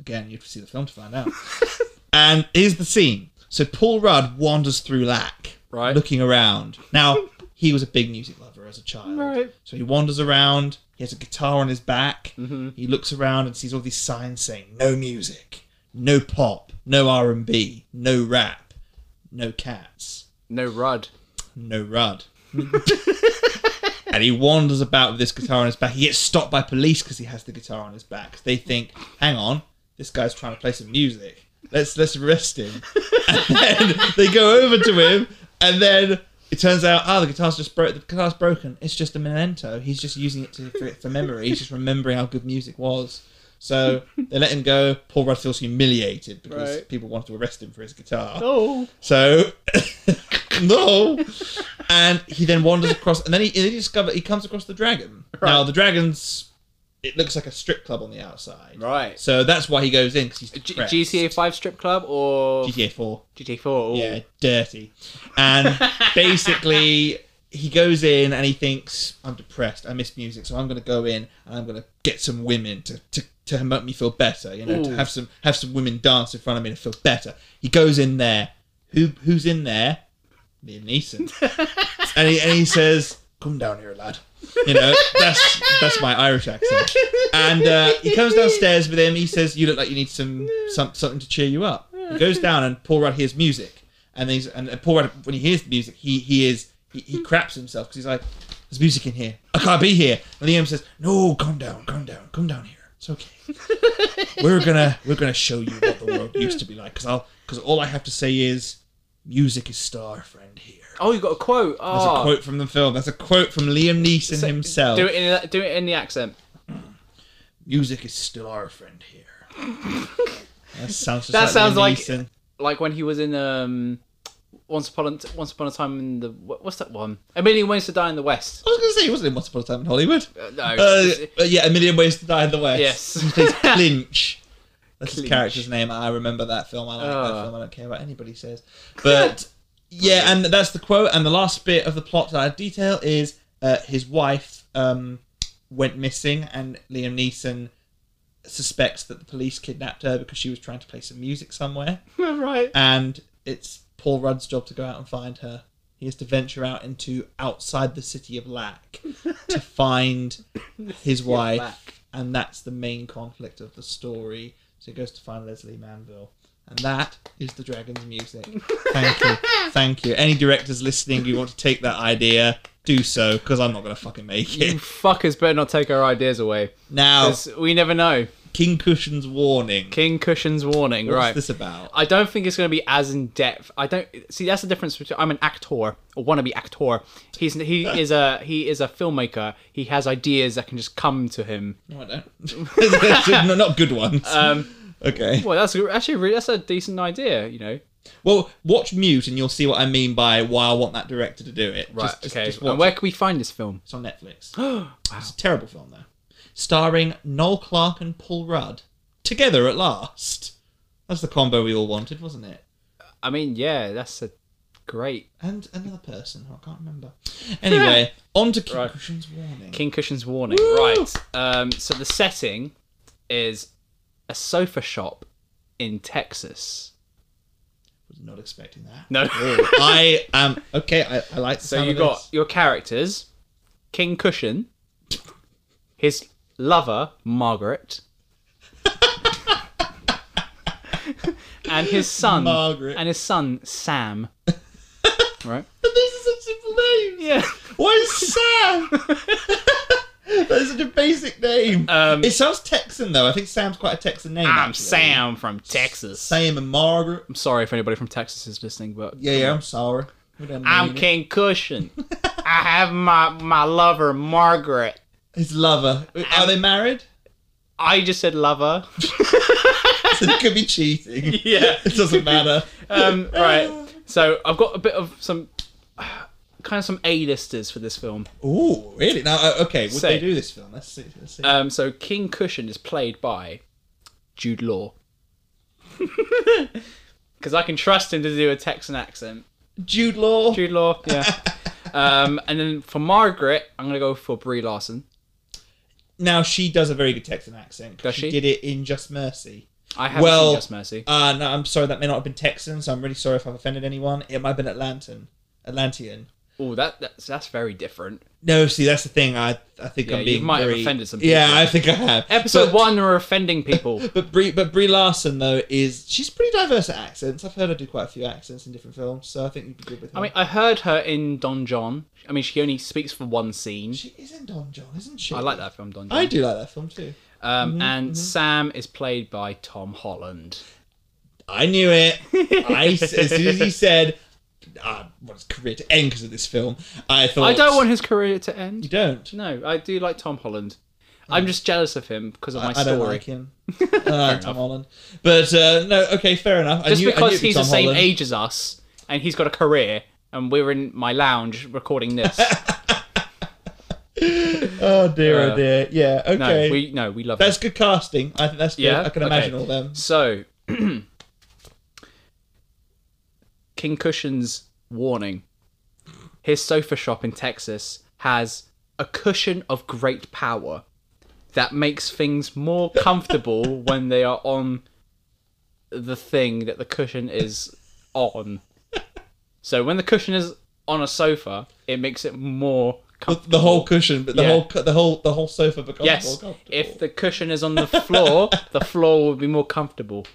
Speaker 2: again, you'd see the film to find out. and here's the scene. So Paul Rudd wanders through Lack,
Speaker 1: Right.
Speaker 2: looking around. Now, he was a big music lover as a child.
Speaker 1: Right.
Speaker 2: So he wanders around. He has a guitar on his back.
Speaker 1: Mm-hmm.
Speaker 2: He looks around and sees all these signs saying no music, no pop, no R&B, no rap, no cats
Speaker 1: no Rudd.
Speaker 2: no Rudd. and he wanders about with this guitar on his back. He gets stopped by police because he has the guitar on his back. 'Cause They think, hang on, this guy's trying to play some music. Let's let's arrest him. and then they go over to him, and then it turns out, ah, the guitar's just broke. The guitar's broken. It's just a memento. He's just using it to, for, for memory. He's just remembering how good music was. So they let him go. Paul Rudd feels humiliated because
Speaker 1: Right.
Speaker 2: people wanted to arrest him for his guitar.
Speaker 1: Oh.
Speaker 2: So no, and he then wanders across, and then he, he discover he comes across the dragon. Now the dragon's it looks like a strip club on the outside,
Speaker 1: Right.
Speaker 2: So that's why he goes in because he's
Speaker 1: G-
Speaker 2: depressed.
Speaker 1: GTA Five strip club or
Speaker 2: GTA Four,
Speaker 1: GTA Four?
Speaker 2: yeah, dirty, and basically he goes in and he thinks I'm depressed, I miss music, so I'm gonna go in and I'm gonna get some women to. to to make me feel better, you know, to
Speaker 1: Ooh.
Speaker 2: have some have some women dance in front of me to feel better. He goes in there. Who who's in there? Liam Neeson. and, he, and he says, "Come down here, lad." You know, that's that's my Irish accent. And uh, he comes downstairs with him. He says, "You look like you need some, some something to cheer you up." He goes down, and Paul Rudd hears music, And he's and Paul Rudd, when he hears the music, he he is he,
Speaker 1: Hmm.
Speaker 2: he craps himself because he's like, "There's music in here. I can't be here." And Liam says, "No, calm down, calm down, come down here. It's okay. we're gonna we're gonna show you what the world used to be like. Because I'll because all I have to say is, music is star friend here."
Speaker 1: Oh, you got a quote.
Speaker 2: That's
Speaker 1: Oh,
Speaker 2: a quote from the film. That's a quote from Liam Neeson himself.
Speaker 1: Ah. do it in do it in the accent.
Speaker 2: Music is still our friend here. that sounds just
Speaker 1: That
Speaker 2: like
Speaker 1: sounds
Speaker 2: Liam
Speaker 1: like-
Speaker 2: Neeson.
Speaker 1: Like when he was in um, Once upon a, Once upon a time in the what- what's that one? A Million Ways to Die in the West.
Speaker 2: I was going to say he wasn't in Once Upon a Time in Hollywood.
Speaker 1: no,
Speaker 2: Uh,
Speaker 1: it's-
Speaker 2: uh, yeah, A Million Ways to Die in the West.
Speaker 1: Yes.
Speaker 2: He plays Clinch. That's
Speaker 1: Clinch.
Speaker 2: his character's name. I remember that film. I like
Speaker 1: Ah.
Speaker 2: that film. I don't care what anybody says. But yeah, and that's the quote. And the last bit of the plot that I detail is uh, his wife um, went missing, and Liam Neeson suspects that the police kidnapped her because she was trying to play some music somewhere
Speaker 1: right.
Speaker 2: and it's Paul Rudd's job to go out and find her. He has to venture out into outside the city of Lack to find his
Speaker 1: Lack.
Speaker 2: wife, and that's the main conflict of the story. So he goes to find Leslie Manville, and that is the Dragon's music. Thank you, thank you. Any directors listening who want to take that idea, do so because I'm not gonna fucking make
Speaker 1: You
Speaker 2: it.
Speaker 1: fuckers better not take our ideas away.
Speaker 2: Now,
Speaker 1: 'Cause We never know.
Speaker 2: King Cushion's warning.
Speaker 1: King Cushion's warning.
Speaker 2: What's
Speaker 1: right.
Speaker 2: this about?
Speaker 1: I don't think it's going to be as in depth. I don't see that's the difference between I'm an actor or wannabe actor. He's he is a he is a filmmaker. He has ideas that can just come to him.
Speaker 2: No, I don't. no, not good ones. Um, okay.
Speaker 1: Well, that's actually a really, that's a decent idea. You know,
Speaker 2: Well, watch Mute and you'll see what I mean by why I want that director to do it.
Speaker 1: right?
Speaker 2: Just, just,
Speaker 1: okay.
Speaker 2: just watch
Speaker 1: and where
Speaker 2: it.
Speaker 1: can we find this film?
Speaker 2: It's on Netflix. It's a terrible film, though. Starring Noel Clark and Paul Rudd. Together at last. That's the combo we all wanted, wasn't it?
Speaker 1: I mean, yeah, that's a great
Speaker 2: And another person, who I can't remember. Anyway, on to King
Speaker 1: Right.
Speaker 2: Cushion's Warning.
Speaker 1: King Cushion's warning.
Speaker 2: Woo!
Speaker 1: Right. Um, so the setting is a sofa shop in Texas.
Speaker 2: was not expecting that.
Speaker 1: No.
Speaker 2: I am. Okay, I, I like the
Speaker 1: So
Speaker 2: sound
Speaker 1: you
Speaker 2: of
Speaker 1: got
Speaker 2: this.
Speaker 1: your characters, King Cushion, his lover Margaret, and his son
Speaker 2: Margaret.
Speaker 1: and his son Sam. right?
Speaker 2: But these are such simple names.
Speaker 1: Yeah.
Speaker 2: Why is Sam? That's such a basic name.
Speaker 1: Um,
Speaker 2: it sounds Texan though. I think Sam's quite a Texan name.
Speaker 1: I'm
Speaker 2: actually.
Speaker 1: Sam from Texas.
Speaker 2: Sam and Margaret.
Speaker 1: I'm sorry if anybody from Texas is listening, but
Speaker 2: Yeah, yeah. I'm sorry. We don't
Speaker 1: I'm
Speaker 2: mean it.
Speaker 1: King Cushion. I have my my lover Margaret.
Speaker 2: His lover. Are they married?
Speaker 1: I just said lover.
Speaker 2: So it could be cheating.
Speaker 1: Yeah.
Speaker 2: It doesn't matter.
Speaker 1: Um, right. So I've got a bit of some kind of some A-listers for this film.
Speaker 2: Ooh, really? Now, uh, okay. Would
Speaker 1: Say.
Speaker 2: they do this film? Let's see. Let's see.
Speaker 1: Um, so King Cushion is played by Jude Law. Because I can trust him to do a Texan accent.
Speaker 2: Jude Law.
Speaker 1: Jude Law, yeah. um, and then for Margaret, I'm going to go for Brie Larson.
Speaker 2: Now she does a very good Texan accent. 'cause
Speaker 1: Does she?
Speaker 2: did it in Just Mercy.
Speaker 1: I haven't
Speaker 2: Well,
Speaker 1: seen Just Mercy.
Speaker 2: Uh, no, I'm sorry. That may not have been Texan, so I'm really sorry if I've offended anyone. It might have been Atlantan. Atlantean.
Speaker 1: Oh, that, that's, that's very different.
Speaker 2: No, see, that's the thing. I I think
Speaker 1: Yeah,
Speaker 2: I'm
Speaker 1: you
Speaker 2: being
Speaker 1: might have
Speaker 2: very-
Speaker 1: offended some
Speaker 2: Yeah,
Speaker 1: people.
Speaker 2: I think I have.
Speaker 1: Episode
Speaker 2: but,
Speaker 1: one, we're offending people.
Speaker 2: But Brie, but Brie Larson though is she's pretty diverse at accents. I've heard her do quite a few accents in different films, so I think you'd be good with her.
Speaker 1: I mean, I heard her in Don John. I mean, she only speaks for one scene.
Speaker 2: she is in Don John, isn't she?
Speaker 1: I like that film, Don John.
Speaker 2: I Mm-hmm. do like that film too.
Speaker 1: Um, and Sam is played by Tom Holland.
Speaker 2: I knew it. I as soon as he said, "I want his career to end because of this film," I thought
Speaker 1: I don't want his career to
Speaker 2: you
Speaker 1: end.
Speaker 2: don't.
Speaker 1: No, I do like Tom Holland. I'm just jealous of him because of my
Speaker 2: I, I
Speaker 1: story.
Speaker 2: don't like him. Uh, Tom Holland, but uh, no, okay, fair enough. I
Speaker 1: Just
Speaker 2: knew, I knew
Speaker 1: because
Speaker 2: it'd be
Speaker 1: he's the
Speaker 2: Tom
Speaker 1: same
Speaker 2: Holland.
Speaker 1: age as us and he's got a career and we're in my lounge recording this.
Speaker 2: Oh dear,
Speaker 1: Uh,
Speaker 2: oh dear. Yeah, okay.
Speaker 1: No, we no, we love
Speaker 2: That's
Speaker 1: him.
Speaker 2: good casting. I think that's good.
Speaker 1: Yeah?
Speaker 2: I can
Speaker 1: Okay.
Speaker 2: imagine all them.
Speaker 1: So, King Cushion's warning. His sofa shop in Texas has a cushion of great power that makes things more comfortable when they are on the thing that the cushion is on. So when the cushion is on a sofa, it makes it more
Speaker 2: The,
Speaker 1: comfortable.
Speaker 2: the whole cushion, but the
Speaker 1: Yeah.
Speaker 2: whole cu- the whole the whole sofa becomes more
Speaker 1: Yes,
Speaker 2: comfortable.
Speaker 1: if the cushion is on the floor, the floor will be more comfortable.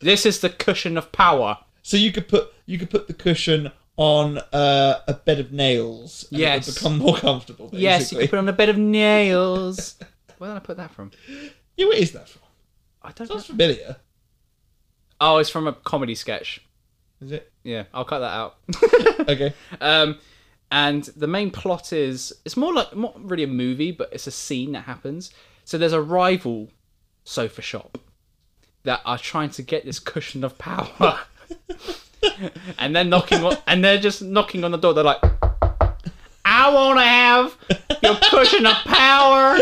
Speaker 1: This is the cushion of power.
Speaker 2: So you could put you could put the cushion on uh, a bed of nails. And It
Speaker 1: Yes.
Speaker 2: would become more comfortable. Basically.
Speaker 1: Yes, you can put on a bed of nails. Where did I put that from?
Speaker 2: Yeah, where is that from?
Speaker 1: I don't know.
Speaker 2: Sounds familiar.
Speaker 1: Oh, it's from a comedy sketch.
Speaker 2: Is it?
Speaker 1: Yeah, I'll cut that out.
Speaker 2: Okay.
Speaker 1: Um, and the main plot is it's more like not really a movie, but it's a scene that happens. So there's a rival sofa shop that are trying to get this cushion of power, and they're knocking on, and they're just knocking on the door. They're like, "I want to have your cushion of power.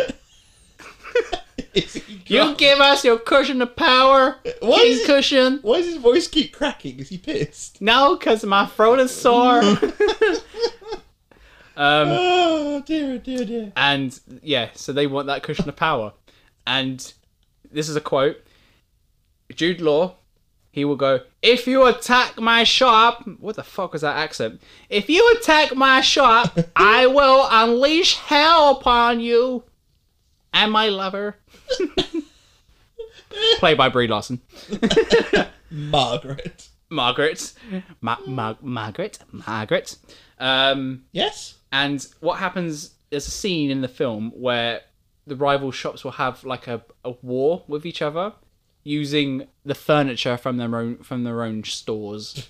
Speaker 2: It's-
Speaker 1: You give us your cushion of power,
Speaker 2: Why
Speaker 1: king
Speaker 2: is it-
Speaker 1: cushion."
Speaker 2: Why does his voice keep cracking? Is he pissed?
Speaker 1: No, because my throat is sore. um,
Speaker 2: Oh dear, oh, dear, oh, dear.
Speaker 1: And yeah, so they want that cushion of power. And this is a quote Jude Law, he will go, If you attack my shop, what the fuck was that accent? If you attack my shop, I will unleash hell upon you and my lover. Played by Brie Larson.
Speaker 2: Margaret.
Speaker 1: Margaret. Ma- Ma- Margaret. Margaret. Um,
Speaker 2: Yes.
Speaker 1: and what happens, there's a scene in the film where the rival shops will have like a, a war with each other using the furniture from their own from their own stores.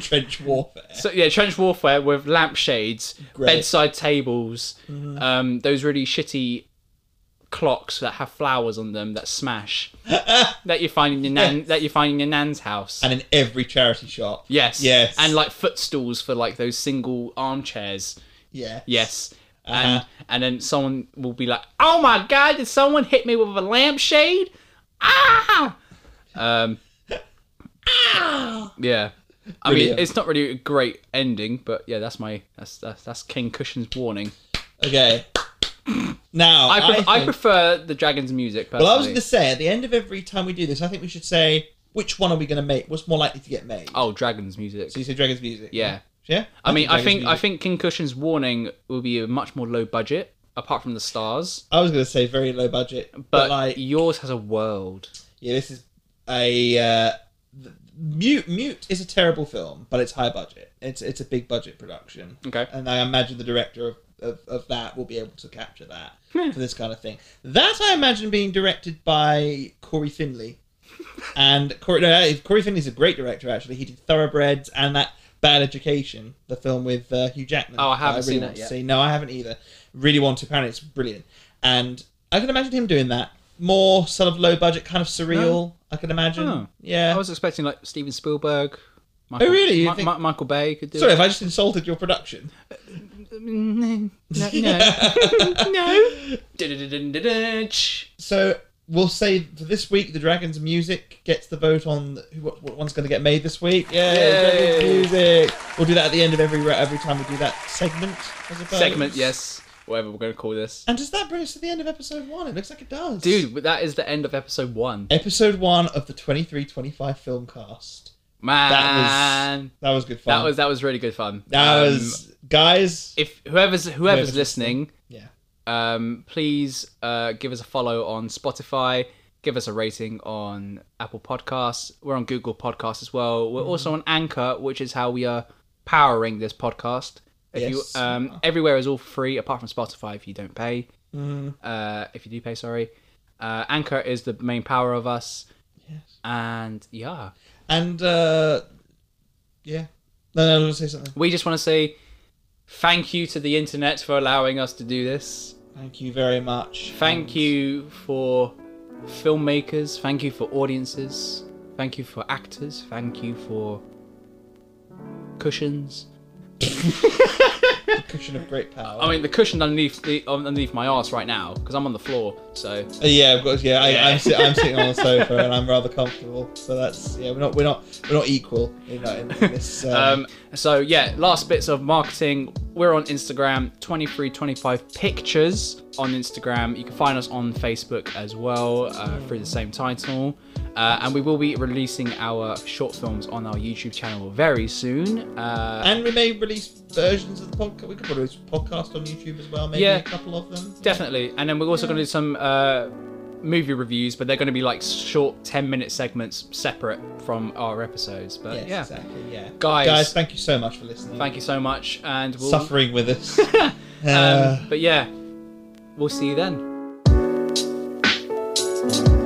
Speaker 2: Trench warfare.
Speaker 1: So yeah, trench warfare with lampshades,
Speaker 2: Great. Mm-hmm.
Speaker 1: bedside tables, um, those really shitty clocks that have flowers on them that smash that you find in your nan that you find in your nan's house.
Speaker 2: and in every charity shop.
Speaker 1: yes.
Speaker 2: Yes.
Speaker 1: And like footstools for like those single armchairs.
Speaker 2: Yeah.
Speaker 1: Yes.
Speaker 2: Uh-huh.
Speaker 1: And and then someone will be like, "Oh my god, did someone hit me with a lampshade?" Ah. Um Yeah. I mean,
Speaker 2: Ah! Brilliant.
Speaker 1: it's not really a great ending, but yeah, that's my that's that's, that's King Cushion's warning.
Speaker 2: Okay. Now
Speaker 1: I pref- I,
Speaker 2: think-
Speaker 1: prefer the dragon's music personally.
Speaker 2: Well, I was going to say at the end of every time we do this, I think we should say which one are we going to make? What's more likely to get made?
Speaker 1: Oh, dragon's music.
Speaker 2: So you say Dragon's Music.
Speaker 1: Yeah.
Speaker 2: Yeah.
Speaker 1: I mean, I
Speaker 2: Dragon's
Speaker 1: think I
Speaker 2: Music.
Speaker 1: think King Cushion's warning will be a much more low budget apart from the stars,
Speaker 2: I was going to say very low budget, but,
Speaker 1: but
Speaker 2: like
Speaker 1: yours has a world.
Speaker 2: yeah, this is a uh, th- mute. Mute is a terrible film, but it's high budget. It's it's a big budget production.
Speaker 1: Okay.
Speaker 2: And I imagine the director of, of, of that will be able to capture that for this kind of thing. That I imagine being directed by Corey Finley. And Corey, no, Corey Finley's a great director, actually. He did Thoroughbreds and that Bad Education, the film with uh, Hugh Jackman.
Speaker 1: Oh, I haven't
Speaker 2: really
Speaker 1: seen
Speaker 2: want
Speaker 1: that
Speaker 2: to
Speaker 1: yet.
Speaker 2: See. No, I haven't either. Really want to. Apparently, it's brilliant. And I can imagine him doing that. More sort of low budget, kind of surreal, I can imagine.
Speaker 1: Oh.
Speaker 2: Yeah.
Speaker 1: I was expecting like Steven Spielberg. Michael,
Speaker 2: really? You
Speaker 1: Mi-
Speaker 2: think-
Speaker 1: Mi- Michael Bay could do
Speaker 2: Sorry
Speaker 1: it.
Speaker 2: if I just insulted your production.
Speaker 1: Mm, No, no, no. Du-du-du-du-du-du-ch.
Speaker 2: So we'll say for this week, the Dragons music gets the vote on who, what, what one's going to get made this week. Yeah,
Speaker 1: Yay.
Speaker 2: Dragons music. We'll do that at the end of every uh, every time we do that segment. I suppose.
Speaker 1: Segment, yes. Whatever we're going to call this.
Speaker 2: And does that bring us to the end of episode one? It looks like it does,
Speaker 1: Dude, but that is the end of episode one.
Speaker 2: Episode one of the 23-25 film cast.
Speaker 1: Man,
Speaker 2: That was good fun.
Speaker 1: that was that was, really good fun.
Speaker 2: that
Speaker 1: Um,
Speaker 2: was guys.
Speaker 1: If whoever's whoever's
Speaker 2: Whoever's
Speaker 1: listening,
Speaker 2: Yeah.
Speaker 1: um, please uh, give us a follow on Spotify. Give us a rating on Apple Podcasts. We're on Google Podcasts as well. We're also on Anchor, which is how we are powering this podcast. If
Speaker 2: Yes.
Speaker 1: you, um, everywhere is all free apart from Spotify if you don't pay.
Speaker 2: Mm-hmm.
Speaker 1: Uh, if you do pay, sorry. Uh, Anchor is the main power of us.
Speaker 2: Yes.
Speaker 1: And yeah,
Speaker 2: And uh, yeah. No, no, I was going to say something.
Speaker 1: we just want to say thank you to the internet for allowing us to do this.
Speaker 2: Thank you very much.
Speaker 1: Thank you for filmmakers. Thank you for audiences. Thank you for actors. Thank you for cushions.
Speaker 2: The cushion of great power.
Speaker 1: I mean, the cushion underneath the underneath my arse right now because I'm on the floor. So
Speaker 2: Uh, Yeah, of course. Yeah, I,
Speaker 1: Yeah.
Speaker 2: I'm, sit, I'm sitting on the sofa and I'm rather comfortable. So that's yeah, we're not we're not we're not equal in, that- in, in this. Uh,
Speaker 1: Um, so yeah, last bits of marketing. We're on Instagram, 2325 pictures on Instagram. You can find us on Facebook as well uh, through the same title. Uh, and we will be releasing our short films on our YouTube channel very soon. Uh,
Speaker 2: and we may release versions of the podcast. We could probably release podcast on YouTube as well. Maybe
Speaker 1: Yeah.
Speaker 2: a couple of them.
Speaker 1: definitely. And then we're also going to do some uh, movie reviews, but they're going to be like short 10 minute segments separate from our episodes. But
Speaker 2: Yes,
Speaker 1: yeah,
Speaker 2: exactly. Yeah,
Speaker 1: Guys-
Speaker 2: guys, thank you so much for listening.
Speaker 1: thank you so much. And we'll.
Speaker 2: Suffering with us.
Speaker 1: Um,
Speaker 2: Uh,
Speaker 1: but yeah, we'll see you then.